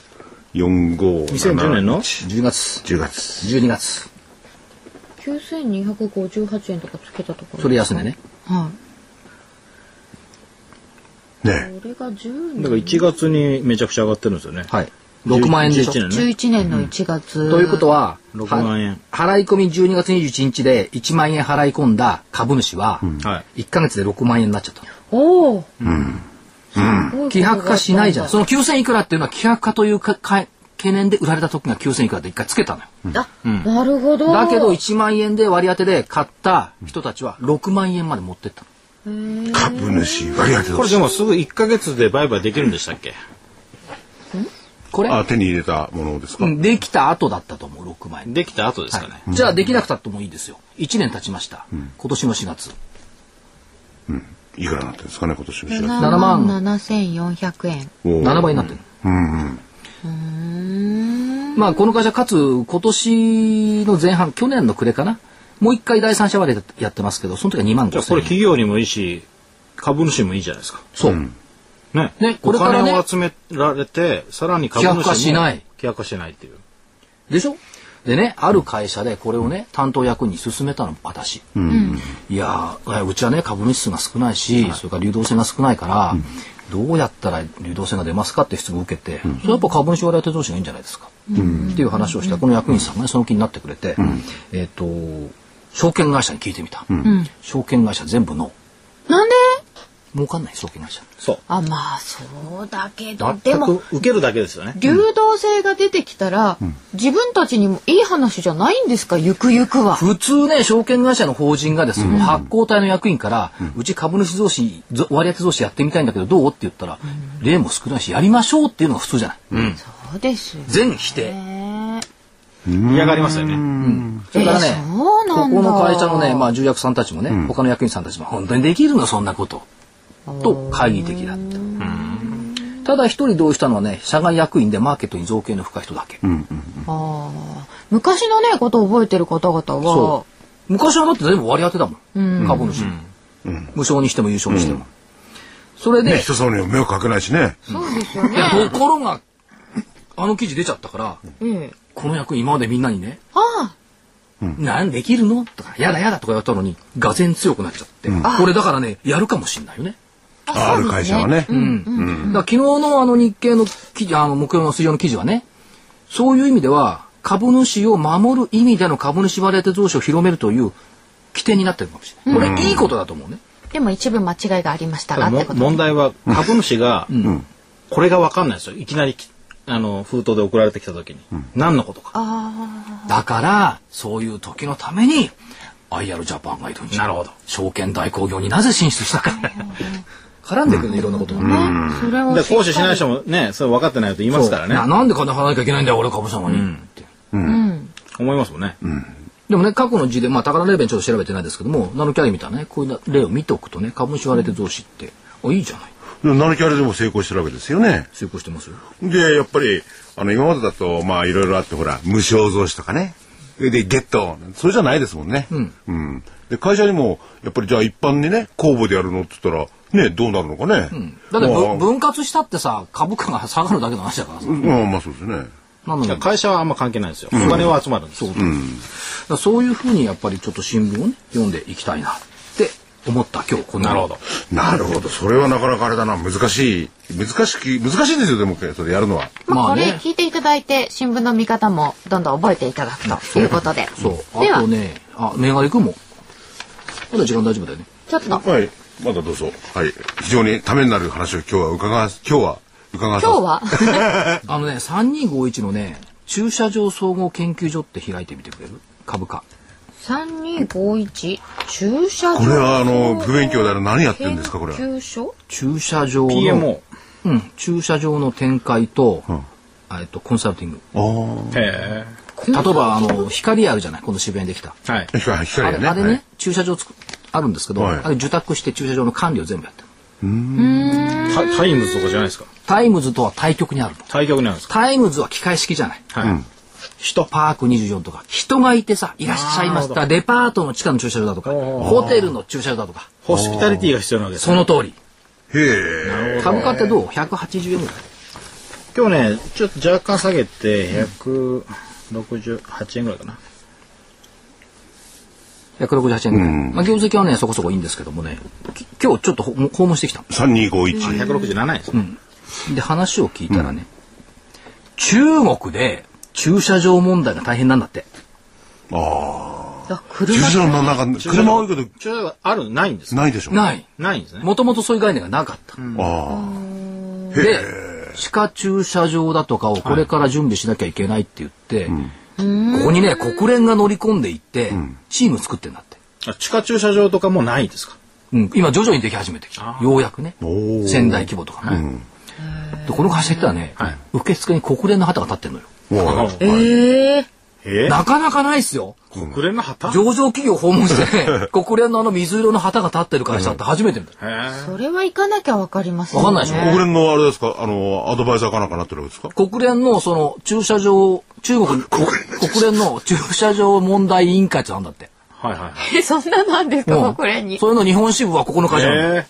S4: 45。
S5: 2010年の
S1: 10月、
S4: 10月。
S1: 12月。
S2: 9258円とかつけたところ
S1: それ安値ね。
S2: は
S4: ね
S2: いこれが10
S5: だから1月にめちゃくちゃ上がってるんですよね。
S1: はい。6万円でしょ。
S5: 11年ね。
S2: 11年の1月、
S1: ということは、
S5: 6万円
S1: 払い込み12月21日で1万円払い込んだ株主は、
S5: はい。
S1: 1ヶ月で6万円になっちゃった。
S2: おおうん
S1: 希薄化しないじゃん。その9000いくらっていうのは希薄化というかか懸念で売られた時が9000いくらで一回つけたのよ。
S2: あ、なるほど
S1: だけど1万円で割り当てで買った人たちは6万円まで持ってったの。
S4: 株主割り当て
S5: こ
S4: だ
S5: れでもすぐ1ヶ月で売買できるんでしたっけ
S1: これ
S4: あ、手に入れたものですか。
S1: うんできた後だったと思う、6万円。
S5: できた後ですかね。
S1: はいじゃあできなくたってもいいですよ。1年経ちました。今年の4月。
S4: いくらなってるんですかね、今年の4月。
S1: 7万
S2: 7400円
S4: おー
S1: 7倍になってる。
S4: うんうん。
S1: まあこの会社かつ今年の前半去年の暮れかなもう一回第三者割でやってますけどその時は2万
S5: じゃ
S1: 5
S5: あこ
S1: 千
S5: れ
S1: 円
S5: 企業にもいいし、株主もいいじゃないですか。
S1: そう、
S5: ね。
S1: ねこ
S5: お
S1: れからね
S5: 金を集められて、さらに株主も。
S1: 規約化しない。
S5: 規約化しないっていう。
S1: でしょでねある会社でこれをね担当役員に勧めたの私、いやーうちはね株主数が少ないし、それから流動性が少ないから、どうやったら流動性が出ますかって質問を受けて、それはやっぱ株主割当同士がいいんじゃないですか、っていう話をしたこの役員さんが、ね、その気になってくれて、えっ、と証券会社に聞いてみた、証券会社全部の
S2: なんで
S1: 儲かんない証券会社
S5: そう。
S2: あまあそうだけどで
S5: 全
S2: も
S5: く受けるだけですよね。
S2: 流動性が出てきたら、自分たちにもいい話じゃないんですかゆくゆくは
S1: 普通ね、証券会社の法人がですよ、発行体の役員から、うち株主増資、ぞ割当増資やってみたいんだけど、どうって言ったら、例も少ないし、やりましょうっていうのが普通じゃない。
S2: そうですよ
S1: 全否定。
S2: ね
S5: 嫌がりますよね。
S1: それからね、
S2: えそう
S1: こ
S2: なんだ
S1: この会社のね、まあ、重役さんたちもね、他の役員さんたちも、本当にできるの、そんなこと。と、懐疑的だった。ただ一人同意したのはね、社外役員でマーケットに造形の深い人だけ。
S2: あー昔のねことを覚えてる方々は
S1: そ昔はだって全部割り当てだもん。株主に。無償にしても優勝にしても。それで、
S4: ね、人様にも迷惑かけないしね。
S2: そうですよね、
S1: ところが、あの記事出ちゃったから、
S2: ええ、
S1: この役今までみんなにね、
S2: あ
S1: なんできるのとか、やだやだとかやったのに、がぜん強くなっちゃって、これだからね、やるかもしんないよね。
S4: ある会社はね。
S1: だから昨日のあの日経の記事、あの木曜の水曜の記事はね、そういう意味では、株主を守る意味での株主割当増資を広めるという起点になってるかもしれない。これいいことだと思うね。
S2: あでも一部間違いがありましたが
S5: ただ
S2: って
S5: も
S2: こと
S5: 問題は株主が、これが分かんないですよ。いきなりきあの封筒で送られてきた時に。何のことか。
S1: だから、そういう時のために、IR ジャパンがいるんじゃ
S5: なるほど
S1: 証券代行業になぜ進出したか。 絡んでくるね、いろんなことがね。
S2: ねそれを
S5: で
S2: しっか
S5: 行
S2: り
S5: 使しない人もね、それ分かってないと言いますからね
S1: な。なんで金払わなきゃいけないんだよ、俺、株様に。って
S5: 思いますもんね。
S1: でもね、過去の事例、まあ、高田霊弁ちょっと調べてないですけども、ナノキャリみたいなね、こういう例を見ておくとね、株主割れて増資って、あ、いいじゃない。
S4: でも何キャラでも成功してるわけですよね。
S1: 成功してますよ。
S4: で、やっぱり、あの、今までだと、まあ、いろいろあって、ほら、無償増資とかね。で、ゲット。それじゃないですもんね。うん。で、会社にも、やっぱり、じゃあ一般にね、公募でやるのって言ったら、ね、どうなるのかね。
S1: だってぶ、
S4: まあ
S1: 分割したってさ、株価が下がるだけの話だからさ。
S4: まあ、まあ、そうですね。
S1: なのに、だか
S5: 会社はあんま関係ないですよ。お金は集まるんですよ。
S1: らそういうふうにやっぱりちょっと新聞をね、読んでいきたいなって思った今日、こんな
S5: なるほど。。
S4: なるほど。それはなかなかあれだな。難しい。難しき、難しいんですよ、でも、それやるのは。
S2: まあ、
S1: まあ
S2: これ
S1: ね
S2: 聞いていただいて新聞の見方もどんどん覚えていただくということで
S1: そう。
S2: で
S1: あ
S2: は
S1: とね、あ、メガネ君も。まだ時間大丈夫だよね。
S2: ちょっと今
S4: はい。まだどうぞ。はい。非常にためになる話を今日は伺わ、今日は伺わさせ
S2: 日は
S1: あのね、3251のね、駐車場総合研究所って開いてみてくれる株価。
S2: 3251駐車場
S4: これはあの不勉強であれ何やってんですかこれは
S2: 研究所
S1: 駐車場の、
S5: PMO。
S1: うん、駐車場の展開と、えっと、コンサルティング。
S5: へ
S1: 例えば、あの、光あるじゃない、この渋谷にできた。
S5: え。はい。
S4: 光
S1: あ
S4: 光
S1: れ
S4: がね。
S1: あれね、
S4: はい
S1: 駐車場つくあるんですけど、
S4: はい
S1: あれ受託して駐車場の管理を全部やってる。
S5: タタイムズとかじゃないですか。
S1: タイムズとは対極にあるの。
S5: 対局なんですか。
S1: タイムズは機械式じゃない。
S5: はい。
S1: 人パーク24とか、人がいてさ、いらっしゃいました。レパートの地下の駐車場だとか、ホテルの駐車場だとか、
S5: ホスピタリティが必要なわけです
S1: そ
S5: ね。
S1: の通り。
S4: へえ。
S1: 株価ってどう ?180 円ぐらい。
S5: 今日ね、ちょっと若干下げて、168円ぐらいかな。
S1: 168円ぐらい。まあ、業績はね、そこそこいいんですけどもね、き今日ちょっとほ訪問してきた。
S4: 3251。
S5: 167円ですね。
S1: で、話を聞いたらね、中国で駐車場問題が大変なんだって。
S2: あ
S4: 駐
S2: 車
S4: 車場の中、車多いけど、
S5: ちょあるないんです
S4: ないでしょ。。
S1: ないい。
S5: ないんですね。
S1: もともとそういう概念がなかった。
S4: あ
S1: で、地下駐車場だとかをこれから準備しなきゃいけないって言って、ここにね、国連が乗り込んでいって、チーム作ってんだって。
S5: あ地下駐車場とかもないですか
S1: うん、今徐々にでき始めてきた。ようやくね。仙台規模とかね。で、この会社行ったらね、受付に国連の旗が立ってんのよ。
S4: あ。もう、
S2: ええ
S5: え
S1: なかなかないっすよ。
S5: 国連の旗
S1: 上場企業訪問 して、国連のあの水色の旗が立ってる会社って初めて見た。
S2: それは行かなきゃわかりません
S1: わかんないでしょ
S4: 国連のあれですか、あの、アドバイザーかなんかなってるわけですか
S1: 国連のその駐車場、中国、国連の駐車場問題委員会ってなんだって。
S5: はいはいはい。
S2: え そんなのあんですか、
S1: うん
S2: 国連に。
S1: そういうの日本支部はここの会社なの。
S5: え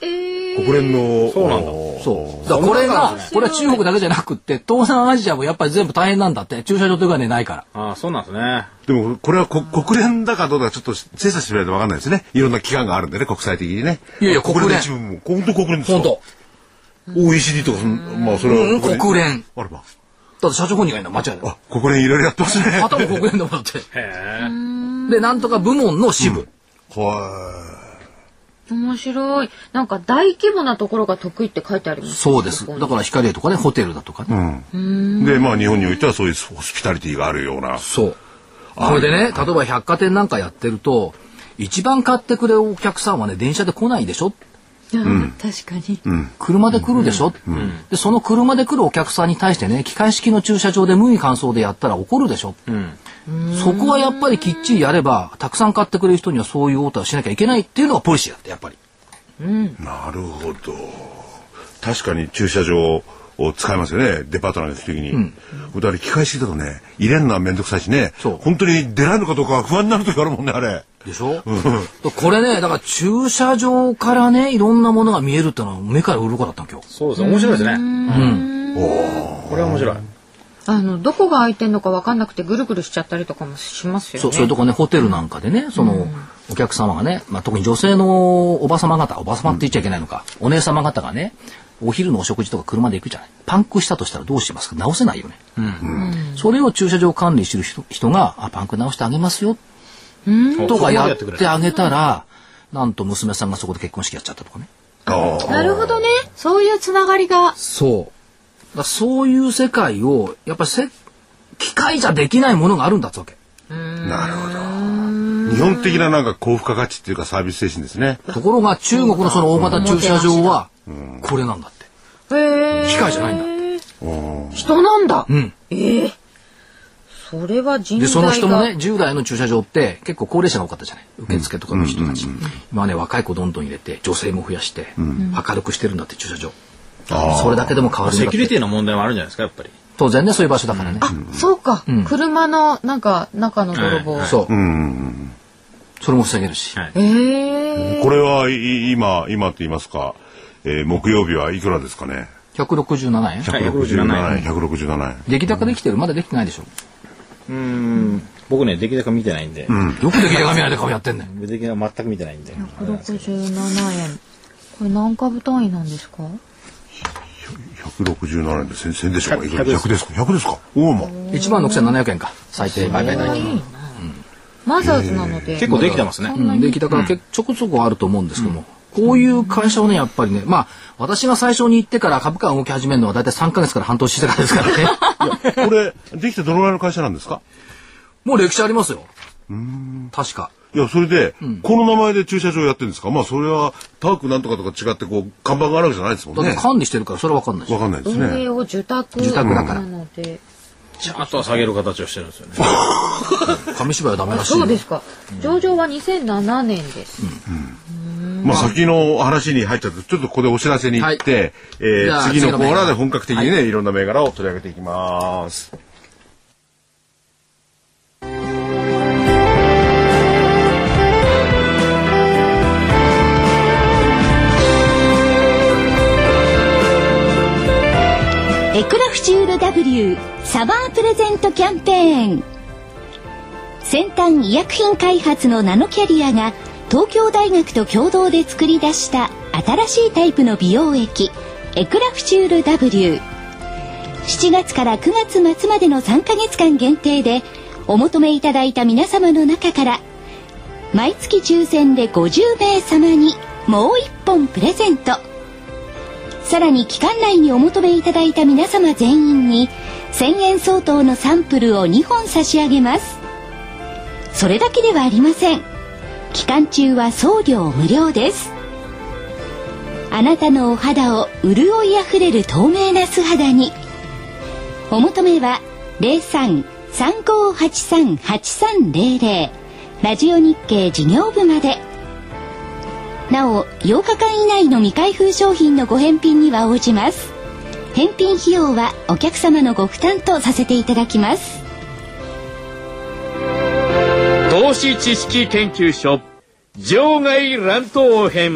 S4: 国連の、
S5: そうなんだ
S4: あの
S1: そう。だからこれが、これは中国だけじゃなくって、東南アジアもやっぱり全部大変なんだって。駐車場というかね、ないから。
S5: ー、ああ、そうなんですね。
S4: でも、これはこ国連だかどうだかちょっと精査してみないとわかんないですね。いろんな機関があるんでね、国際的にね。
S1: いやいや国連
S4: の一部も、本当国連です
S1: 本
S4: か
S1: 当。
S4: OECD とかそん、まあ、それ
S1: うん
S4: はここに。
S1: 国連
S4: あれば。
S1: だって社長本人がいるんだ、間違いない。
S4: あ、国連いろいろやってますね。
S1: あとも国連のものって。で、なんとか部門の支部。
S4: は
S2: 面白い。なんか大規模なところが得意って書いてあります。
S1: そうです。だ
S2: ここに
S1: から光とかね、ホテルだとかね。
S4: い。で、まあ、日本においてはそういうホスピタリティがあるような。
S1: そう。これでね、例えば百貨店なんかやってると、一番買ってくれるお客さんはね、電車で来ないでしょ
S2: うん確かに。
S1: 車で来るでしょ、で、その車で来るお客さんに対してね、機械式の駐車場で無味乾燥でやったら怒るでしょ、そこはやっぱりきっちりやれば、たくさん買ってくれる人にはそういうオーダーをしなきゃいけないっていうのがポリシーだって、やっぱり。
S4: なるほど。確かに駐車場を使いますよね、デパートなんか行くときに。だから機械式だとね、入れるのはめんどくさいしね、
S1: そう
S4: 本当に出られるのかどうか不安になるときあるもんね、あれ。
S1: でしょ、これね、だから駐車場からね、いろんなものが見えるってのは目から鱗だったの今日。
S5: そうですね。面白いですね。これは面白い。
S2: あの、どこが空いてんのか分かんなくてぐるぐるしちゃったりとかもしますよね。
S1: そうそういうとこねホテルなんかでねその、お客様がね、まあ、特に女性のおば様方おば様って言っちゃいけないのか、お姉様方がねお昼のお食事とか車で行くじゃないパンクしたとしたらどうしますか直せないよね、それを駐車場管理してる人人があパンク直してあげますよとかやってあげたらなんと娘さんがそこで結婚式やっちゃったとかね
S4: ああ。
S2: なるほどね。そういうつながりが。
S1: そうだそういう世界をやっぱりせ機械じゃできないものがあるんだってわけ
S4: なるほど。日本的ななんか高付加価値っていうかサービス精神ですね。
S1: ところが中国のその大型駐車場はこれなんだって
S2: へえ。
S1: 機械じゃないんだって
S2: 人なんだ。
S1: ん
S2: ええそれは人材
S1: で
S2: が。
S1: その人もね10代の駐車場って結構高齢者が多かったじゃない受付とかの人たち、今はね若い子どんどん入れて女性も増やして、明るくしてるんだって駐車場、それだけでも変わるんだ
S5: セ
S1: っ
S5: キュリ
S1: て
S5: ティの問題もあるんじゃないですか、やっぱり。
S1: 当然ねそういう場所だからね、
S2: そうか。車の、なんか、中の泥棒。
S1: そう、それも防げるし、
S5: はい
S2: ええ
S4: これはい今、今と言いますか、えー木曜日はいくらですかね。
S1: 167円
S5: い167
S4: 167円、167円。
S1: 出来高できてるまだできてないでしょ
S5: うん。僕ね、出来高見てないんで。
S1: よく出来高見ないで顔やってんねん
S5: 出来高全く見てないんで。
S2: 167円。これ何株単位なんですか
S4: 167円で1000円でしょうか。いくら
S5: 100です
S4: 100ですか ?100 ですかおおま。
S1: 1万6700円か最低売買代金
S2: マザーズなので。
S5: 結構できてますね。
S1: うん、出来高が結ちょこちょこあると思うんですけども、こういう会社をね、やっぱりね、まあ、私が最初に行ってから株価が動き始めるのは大体3ヶ月から半年してからですからね。
S4: これ、できてどのぐらいの会社なんですか
S1: もう歴史ありますよ。確か。
S4: いや、それで、この名前で駐車場やってるんですかまあ、それは、パークなんとかとか違って、こう、看板があるわけじゃないですも
S1: だ
S4: ん
S1: って
S4: ね。
S1: 管理してるからそれは分かんないし
S4: わ。かんないです
S2: 運営
S4: ね。
S2: を受託
S1: 受託だから
S2: なので、
S5: ちゃんとは下げる形をしてるんですよね。
S1: 紙芝居はダメらしい。
S2: そうですか上場は2007年です、
S4: まあ、先の話に入っちゃって、ちょっとここでお知らせに行って、
S1: は
S4: え
S1: じゃあ
S4: ー、次のコーナーで本格的にね、、
S1: はい
S4: ろんな銘柄を取り上げていきます。
S6: エコ W サマープレゼントキャンペーン先端医薬品開発のナノキャリアが東京大学と共同で作り出した新しいタイプの美容液エクラフチュール W 7月から9月末までの3ヶ月間限定でお求めいただいた皆様の中から毎月抽選で50名様にもう1本プレゼントさらに期間内にお求めいただいた皆様全員に1000円相当のサンプルを2本差し上げますそれだけではありません期間中は送料無料ですあなたのお肌を潤いあふれる透明な素肌にお求めは03-3583-8300ラジオ日経事業部までなお8日間以内の未開封商品のご返品には応じます返品費用はお客様のご負担とさせていただきます
S3: 投資知識研究所場外乱闘編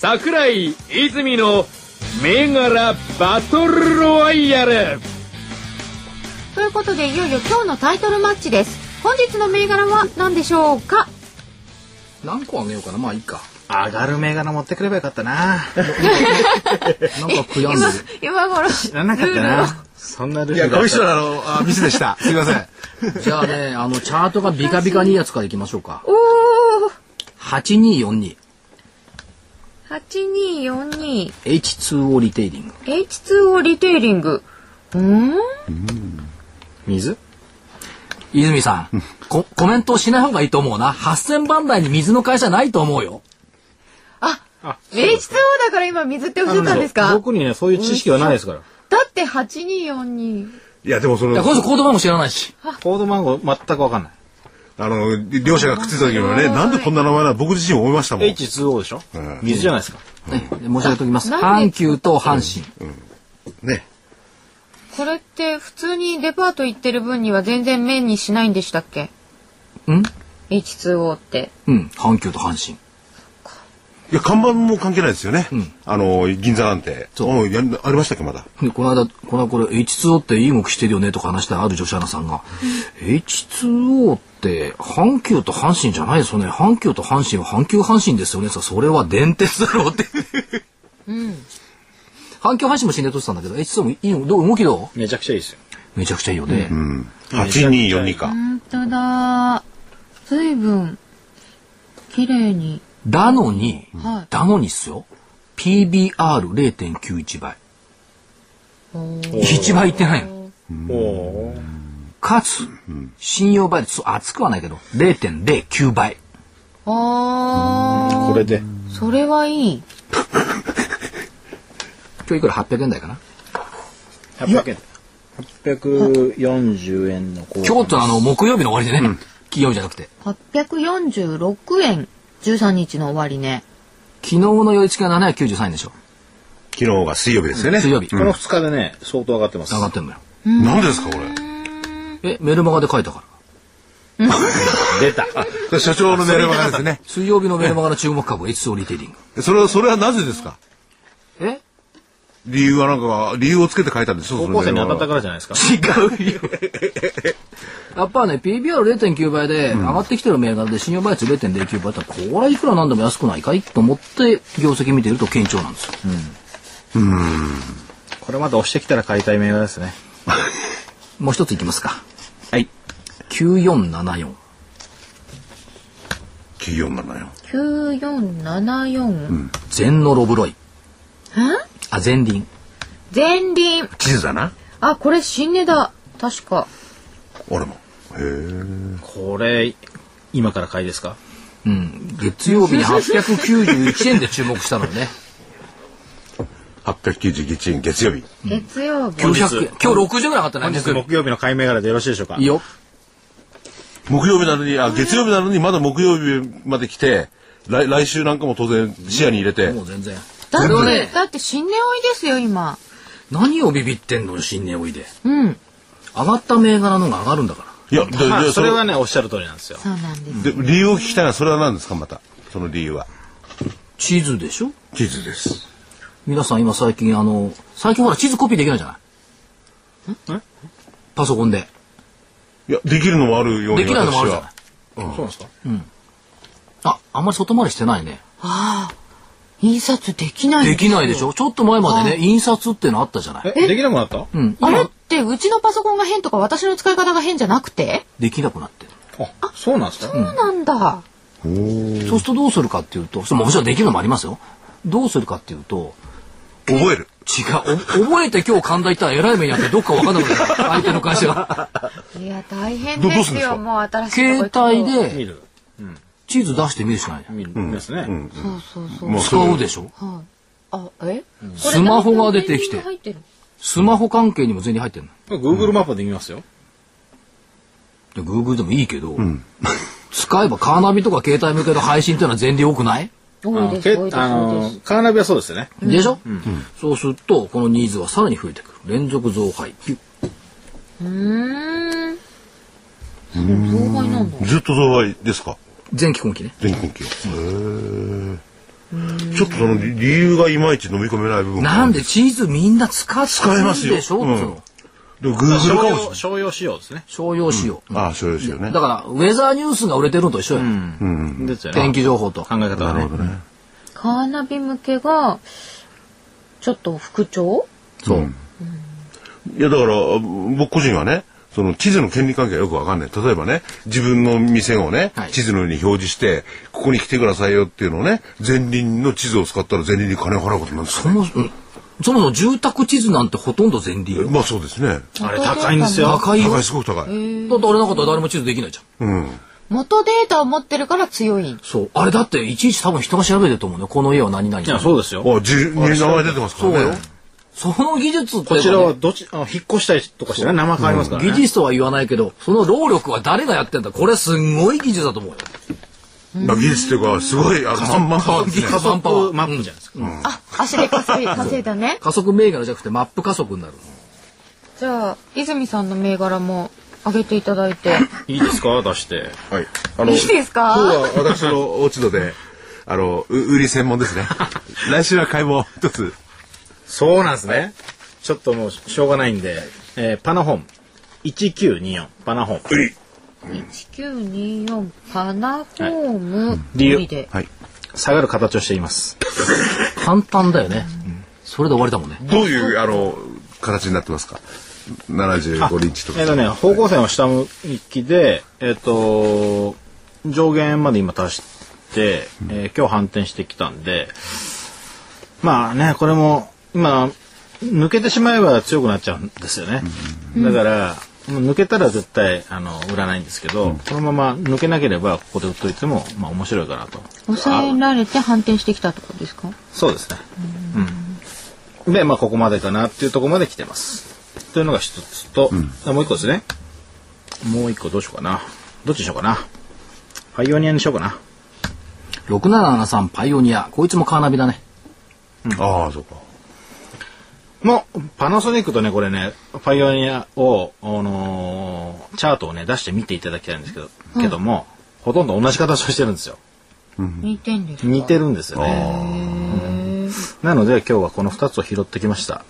S3: 桜井泉の銘柄バトルロワイヤル
S2: ということでいよいよ今日のタイトルマッチです本日の銘柄は何でしょうか
S1: 何個あげようかなまあいいか
S5: 上がる銘柄持ってくればよかった
S1: な
S5: な。
S1: んか悔やんでる
S2: 今頃
S5: 知らなかったな。そんなルール
S4: い
S5: だ
S4: や、
S5: った
S4: ご一緒なの、あ、ミスで した。すいません。
S1: じゃあねあのチャートがビカビカにいいやつからいきましょうか
S2: おお
S1: 8242
S2: 8242H2
S1: H2O リテイリング
S2: をリテイリングうん
S5: 水
S1: 泉さんココメントしない方がいいと思うな8000番台に水の会社ないと思うよ
S2: あ H2O だから今水って映ったんですか
S5: 僕にね、そういう知識はないですから。
S2: だって8242
S4: いや、でもそ
S1: いや
S4: の
S1: こ、の人コード番号知らないし
S5: コード番号全くわかんない。
S4: あの、両者がくっついた時にはね、なんでこんな名前なの僕自身思いましたもん。
S5: H2O でしょ
S4: うん
S5: 水じゃないですか。
S1: ね申し上げておきます
S2: なんで
S1: 阪急と阪神
S4: ね。
S2: これって普通にデパート行ってる分には全然面にしないんでしたっけ
S1: うん
S2: H2O って
S1: うん阪急と阪神
S4: いや、看板も関係ないですよね。あの、銀座なんて。
S1: そう
S4: うんやありましたっけ、まだ。
S1: でこの間、この頃 H2O っていい動きしてるよねとか話したらある女子アナさんが、H2O って阪急と阪神じゃないですよね。阪急と阪神は阪急阪神ですよね。さ、それは電鉄だろうって。阪急阪神も死んでとってたんだけど、H2O もいいの、どう動きど
S5: めちゃくちゃいいですよ。
S1: うめちゃくちゃいいよね。
S4: うん。8242か。
S2: 本当だ随分綺麗に
S1: だのに、
S2: はい
S1: だのにっすよ。PBR0.91 倍。1倍いってないの。
S5: おー
S1: かつ、信用倍率、厚くはないけど、0.09倍。
S2: あ
S5: これで。
S2: ーそれはい
S1: 今
S2: い
S1: 日いくら800円台かな
S5: 800円。840円のコー
S1: 今日とあの木曜日の終わりでね、金曜日じゃなくて
S2: 846円13日の終わりね
S1: 昨日の寄り付きが793円でしょ
S4: 昨日が水曜日ですよね。
S1: 水曜日、
S5: この2日でね、相当上がってます。
S1: 上がってんのよ
S4: なんでですか、これ。
S1: えメルマガで書いたから
S5: 出た。
S4: それ社長のメールマガですね。
S1: 水曜日のメルマガの注目株 H2O リテイリング
S4: それは、それはなぜですか
S1: え
S4: 理由はなんか、理由をつけて書いたんでしょ
S5: 高校生に当たった
S4: か
S5: からじゃないですか。
S1: 違うよやっぱね PBR0.9 倍で上がってきてる銘柄で信用倍率0.09倍だったらこれいくらなんでも安くないかいと思って業績見てると堅調なんですよ、
S5: これまた押してきたら買いたい銘柄ですね。
S1: もう一ついきますか
S4: はい。
S1: 9474
S4: 9474。
S2: 9474、
S1: 全のロブロイ
S2: え
S1: あ全輪
S2: 前輪
S4: 地図だな。
S2: あこれ新値だ確か
S4: 俺も。へえ。
S5: これ、今から買いですか
S1: うん月曜日に891円で注目したのよね
S4: 891円月曜日。
S2: 月曜日
S5: 本日
S1: 900円今日60ぐらい上がったね
S5: 本日
S1: 木曜日
S5: 木曜日の買い銘柄でよろしいでしょうか
S1: いいよ
S4: 木曜日なのに、あ、月曜日なのに、まだ木曜日まで来て、来来週なんかも当然視野に入れて
S1: も、う全然
S2: だ
S1: これは
S2: って、
S1: ね
S2: だって新年追いですよ今
S1: 何をビビってんのよ新年おいで
S2: うん
S1: 上がった銘柄の方が上がるんだから
S4: いや、で
S5: まあ
S4: で
S5: それはね、おっしゃる通りなんですよ。
S2: そうなんです
S4: で理由を聞きたいのはそれは何ですかまたその理由は
S1: 地図でしょ
S4: 地図です
S1: 皆さん今最近あの最近ほら地図コピーできないじゃないパソコンで。
S4: いや、できるのもあるように
S1: できないのもあるじゃない
S4: 私
S5: そう
S4: は。
S5: なんですか
S1: あ、あんまり外回りしてないね。
S2: 印刷できない
S1: できないでしょちょっと前までね、印刷ってのあったじゃない。
S5: え、できなくなった
S1: うん。
S2: あれ
S1: 今
S2: ってうちのパソコンが変とか私の使い方が変じゃなくて
S1: できなくなってる。
S5: あ、そうなんですか
S2: そうなんだ。
S1: そうするとどうするかっていうと、それももちろんできるのもありますよ。どうするかっていうと、
S4: 覚える。
S1: 違う。お覚えて今日神田行ったら偉い目にあってどっかわかんなくなる。相手の会社が。
S2: いや、大変
S4: ど
S2: で
S4: どうす
S2: す
S4: るんです
S2: よ。
S4: か
S2: もう新しい
S1: 携
S2: とこ行
S1: 帯
S2: くと。
S1: で
S5: 見る。
S1: 地図出してみるしかないじゃん。
S5: 見るですね。
S2: そうそうそう。
S4: まあ、
S1: 使う
S4: れ
S1: でしょ
S2: はい。あ、え
S1: スマホが出てきて
S2: 入ってる
S1: スマホ関係にも全然入ってるの。
S5: Google マップで見ますよ。
S1: で Google でもいいけど、使えばカーナビとか携帯向けの配信っていうのは前例多くない
S2: 多い
S5: あの
S2: です、多
S5: け
S2: いです、
S5: あ
S2: 多いで
S5: の
S2: す。、
S5: カーナビはそうですよね。
S1: でしょ、そうすると、このニーズはさらに増えてくる。連続増配。
S2: うーん。そう害なんだ。
S4: ずっと増配ですか
S1: 前期今期ね。
S4: 全国旗を。へえ。ちょっとその理理由がいまいち飲み込めない部分があ
S1: な
S4: る
S1: んでチーズみんな使ってる
S4: 使えますよ
S1: でしょ、
S4: うん
S1: その
S4: でも Google かもしれない。
S5: 商用仕様ですね。
S1: 商用仕様。
S4: ああ、そうですよね。
S1: だから、ウェザーニュースが売れてるのと一緒よ。
S5: ですよね。
S1: 天気情報と
S5: 考。え方がね。
S2: カーナビ向けが、ちょっと復調
S4: そう。いや、だから、僕個人はね、その地図の権利関係がよくわかんない。例えばね、自分の店をね、
S1: はい
S4: 地図のように表示して、ここに来てくださいよっていうのをね、前輪の地図を使ったら前輪に金を払うことになるんです
S1: そ
S4: かね。
S1: もそも、そもそも住宅地図なんてほとんど前例よ。
S4: まあそうですね。
S5: あれ高いんですよ。
S1: 高いよ。
S4: 高
S1: だ
S4: い、すごく高い。
S1: ってあれなかったら誰も地図できないじゃん。
S4: うん。
S2: 元データを持ってるから強い。
S1: そう。あれだって、いちいち多分人が調べてると思うね。この家は何々。
S5: いや、そうですよ。
S4: あ、じ、名前出てますからね。
S1: その技術って、
S5: こちらはどっち、あの引っ越したりとかしてね、生変わりますからね。
S1: 技術とは言わないけど、その労力は誰がやってんだこれすんごい技術だと思うよ。
S4: まあ技術っていうか、すごい、あの、3万パワーですね。
S5: 加速マップじゃないですか。
S2: あ、足で稼い 稼い だね。
S1: 加速銘柄じゃなくてマップ加速になる。
S2: じゃあ、泉さんの銘柄も上げていただいて。
S5: いいですか出して。
S4: はい。あ
S2: いいですか
S4: 今日は私の落ち度で、 あの、う売り専門ですね。 来週は買いも一つ。
S5: そうなんですね。ちょっともうしょうがないんで、えーパナホン。1924パナホン。
S2: 1924パナフォーム
S5: 理由
S2: 売りで
S4: はい。
S5: 下がる形をしています。
S1: 簡単だよね。それで終わりだもんね。
S4: どういう、あの、形になってますか ?75 リンチとか。
S5: えっ、とね、方向線は下向きで、えっ、と、上限まで今達して、えー今日反転してきたんで、まあね、これも、今、抜けてしまえば強くなっちゃうんですよね。だから、もう抜けたら絶対、あの、売らないんですけど、このまま抜けなければ、ここで売っといても、まあ面白いかなと。
S2: 抑えられて反転してきたところですか
S5: そうですね。うん。で、まあ、ここまでかなっていうところまで来てます。というのが一つと、あもう一個ですね。もう一個どうしようかな。どっちにしようかな。パイオニアにしようかな。
S1: 6773パイオニア。こいつもカーナビだね。
S4: ああ、そうか。
S5: もう、パナソニックとね、これね、パイオニアを、あのーチャートをね、出して見ていただきたいんですけど、けども、ほとんど同じ形をしてるんですよ。
S2: 似てんですか
S5: 似てるんですよね。うんなので、今日はこの二つを拾ってきました。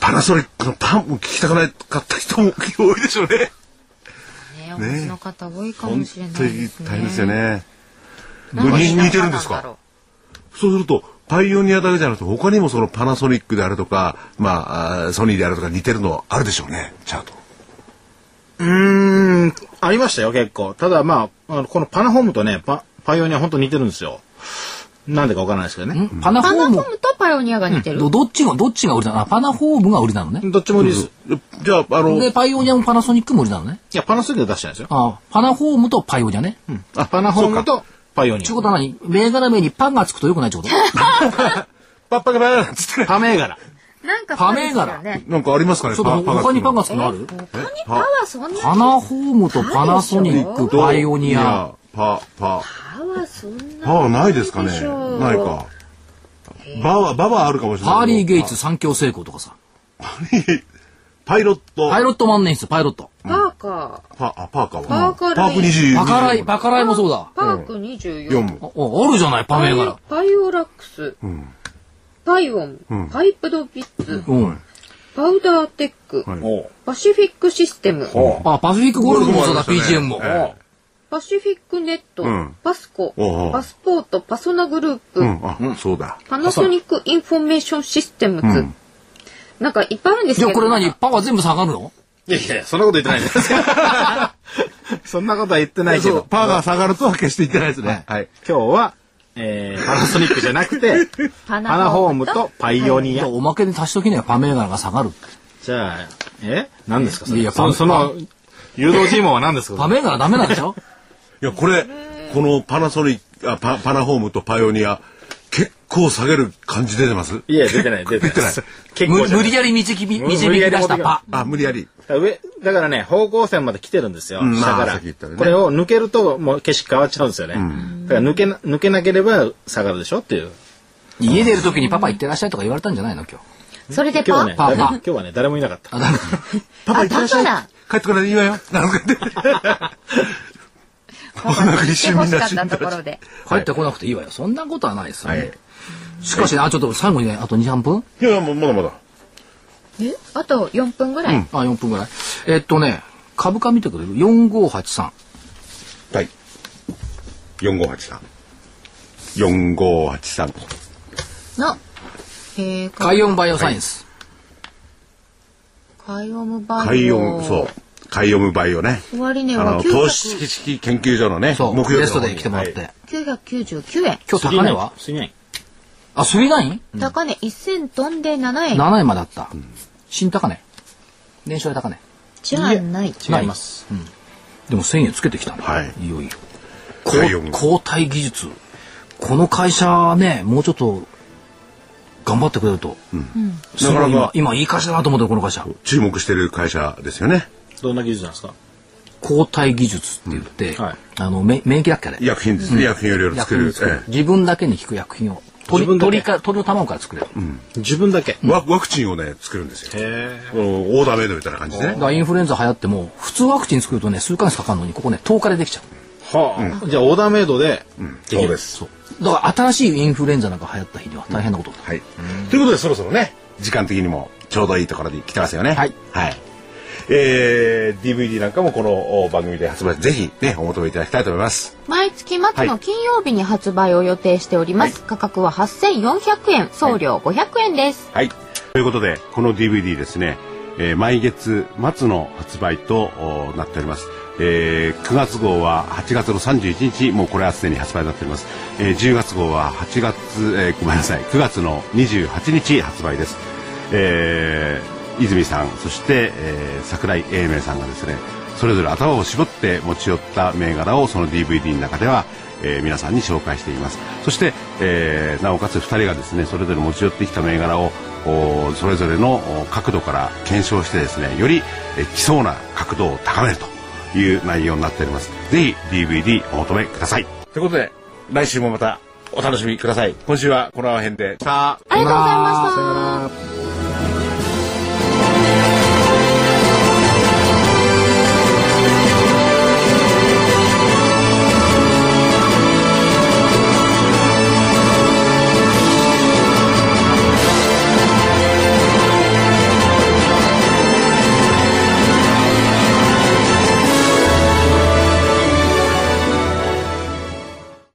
S4: パナソニックのパンも聞きたくないかった人も多いでしょうね。
S2: ねお持ちの方多いかもしれない
S4: 大
S2: ですね
S4: 変ですよね。
S2: なんか
S4: に似てるんですかそうすると、パイオニアだけじゃなくて、他にもそのパナソニックであるとか、まああー、ソニーであるとか似てるのはあるでしょうね、チャート。
S5: うーん、ありましたよ、結構。ただ、まあ、あのこのパナホームとね、パパイオニア本当似てるんですよ。なんでかわからないですけどね。
S1: パナフ
S2: パナ
S1: ォー
S2: フォ
S1: ム
S2: ームとパイオニアが似てる
S1: どどっちが、どっちが売りなのあパナフォームが売りなのね。
S5: どっちも売りです。い
S4: じゃあ、あの、
S1: で、パイオニアもパナソニックも売りなのね。
S5: や、パナソニックは出してないですよ。
S1: あパナフォームとパイオニアね。っ
S5: あパナホームとパイオニ
S1: てことは何銘柄名にパンがつくと良くない ってこと
S4: パッパカパーンつって
S5: ア。パ銘柄。
S2: なんかそうですよ
S1: パ銘
S2: ね
S4: なんかありますかね、
S1: ちょっと
S4: がつく
S1: 他にパンがつくのある
S2: 他にパはそんな
S1: パナフォームとパナソニック、パイオニア。。
S4: パ、パ。
S2: パはそんな
S4: パはないですかね。
S2: ないでしょう
S4: ないか。バは、バはあるかもしれないけど。
S1: ハーリー・ゲイツ三強成功とかさ。
S4: パイロット。
S1: パイロット万年筆、パイロット。
S2: パーか
S4: パ、あ、パーカーは。
S2: パーカー
S4: パーク20。
S1: バカライ、バカライもそうだ。
S2: パーク24
S4: 4
S1: あ
S4: も。
S1: ああるじゃない、パ
S2: パ
S1: 銘
S2: イ
S1: 柄。
S2: パイオラックス、パイオン、パイプドビッツ、
S1: うん。
S2: パウダーテック、
S4: はい
S5: おう
S2: パシフィックシステム、
S4: ほ
S1: あ、パシフィックゴルフもそうだ、
S4: ゴルフもあり
S1: PGM
S4: ま
S1: も
S4: した。ね
S2: パシフィックネット、
S4: うん
S2: パスコ
S4: おうお、う
S2: パスポート、パソナグループ、
S4: うん、あ、そうだ。
S2: パナソニックインフォメーションシステムズ、
S4: うん
S2: なんかいっぱいあるんです
S1: じ
S2: け
S1: ゃあ
S2: ど。
S1: これ何パワー全部下がるの
S5: いやいや、そんなこと言ってないじゃないです か。そんなことは言ってないけ
S4: そう
S5: ど、
S4: パーが下がるとは決して言ってないですね。はい。
S5: 今日は、えー、パナソニックじゃなく て、パ
S2: パ
S5: ナホームとパイオニア。
S1: おまけに足しときにはパメーガラが下がる。
S5: じゃあ、え何ですかそ
S1: い
S5: れ
S1: や
S5: その、その、誘導尋問は何ですか
S1: パメーガラダメなんでし ょ
S4: いや、これ、このパナソニック、あパパナホームとパイオニア、結構下げる感じ出てます
S5: いや、出てない、出てない。
S4: ない
S5: 結
S1: 無
S5: 構じゃ
S1: 無
S5: ない
S1: 理やり導き、
S5: 無理
S1: 導き出したパ。
S4: あ、無理やり。
S5: 上、だからね、方向線まで来てるんですよ。
S4: うん
S5: 下か
S4: まあ
S5: ら、
S4: 先行ったらね
S5: これを抜けると、もう景色変わっちゃうんですよね。だから抜けな、抜けなければ下がるでしょっていう。
S1: 家出る時にパパ行ってらっしゃいとか言われたんじゃないの今日。
S2: それで
S5: 今日
S2: パ
S5: は
S1: パ
S5: ね、誰も
S1: パ
S5: 今日はね、誰もいなかった。
S4: パパ行ってらっしゃい。
S2: だから
S4: 帰ってこないでいいわよ。なんか言って。
S2: パパに来てほしかったと ころで。
S1: 帰ってこなくていいわよ。そんなことはないですよね。しかしね、あ、ちょっと最後にね、あと2、3分
S4: いや、もうまだまだ。
S2: えあと4分ぐらい。
S1: あ、4分ぐらい。えっとね、株価見てくれる ?4583。
S4: はい。4583。4583。
S2: の、えー、
S1: 海洋バイオサイエンス。
S2: カイオムバイオ。
S4: 海洋、そう。海ムバイオね。
S2: 終わり値
S4: あ
S2: は
S4: の、
S2: 900
S4: 投資知識研究所のね、
S1: そう、
S4: 木曜
S1: ゲ
S4: 日
S1: ス
S4: の方
S1: ト
S4: に
S1: で来てもらって。
S4: はい
S2: 999円。
S1: 今日高値は
S5: 次ない。
S1: あ、39?
S2: 高値1000飛んで7円。
S1: 7円まであった。新高値。年初来高値。
S2: じゃあない。
S5: 違います。
S1: でも1000円つけてきたの。
S4: はい
S1: いよいよ。
S4: 海洋も
S1: 交代技術。この会社ね、もうちょっと、頑張ってくれると。すごい
S4: なかな
S1: 今
S4: か、
S1: 今いい会社だなと思ってるこの会社。
S4: 注目してる会社ですよね。
S5: どんな技術なんですか
S1: 抗体技術って言って、
S5: うんはい
S1: あのめ免疫だっけあれ
S4: 医薬品ですね。医薬品をいろいろ作る
S1: 薬品。
S4: ええ
S1: 自分だけに効く薬品を鳥
S5: 自分だけ
S1: 鳥か鳥の卵から作れる、
S5: 自分だけ。
S4: ワワクチンをね、作るんですよ。
S5: へ
S4: このオーダーメイドみたいな感じで
S1: だ
S4: ね。
S1: からインフルエンザ流行っても普通ワクチン作るとね数ヶ月かかるのにここね10日でできちゃ
S5: はあ。じゃあ、オーダーメイドで、
S4: そうです。
S1: うだから新しいインフルエンザなんか流行った日には大変なことだ、
S4: はい。ということで、そろそろね、時間的にもちょうどいいところに来てますよね。
S1: はい。
S4: はい。えー、DVD なんかもこのお番組で発売、ぜひね、お求めいただきたいと思います。
S2: 毎月末の金曜日に発売を予定しております。価格は8400円、送料500円です。
S4: はい。ということで、この DVD ですね、えー毎月末の発売とおなっております。えー9月号は8月の31日、もうこれはすでに発売になっております。えー10月号は8月、えーごめんなさい、9月の28日発売です。えー泉さん、そして、えー桜井英明さんがですね、それぞれ頭を絞って持ち寄った銘柄をその DVD の中では、えー皆さんに紹介していますそして、えーなおかつ2人がですねそれぞれ持ち寄ってきた銘柄をおーそれぞれのお角度から検証してですねよりえー来そうな角度を高めるという内容になっておりますぜひ DVD お求めくださいということで来週もまたお楽しみください今週はこの辺でさあ
S2: ありがとうございました。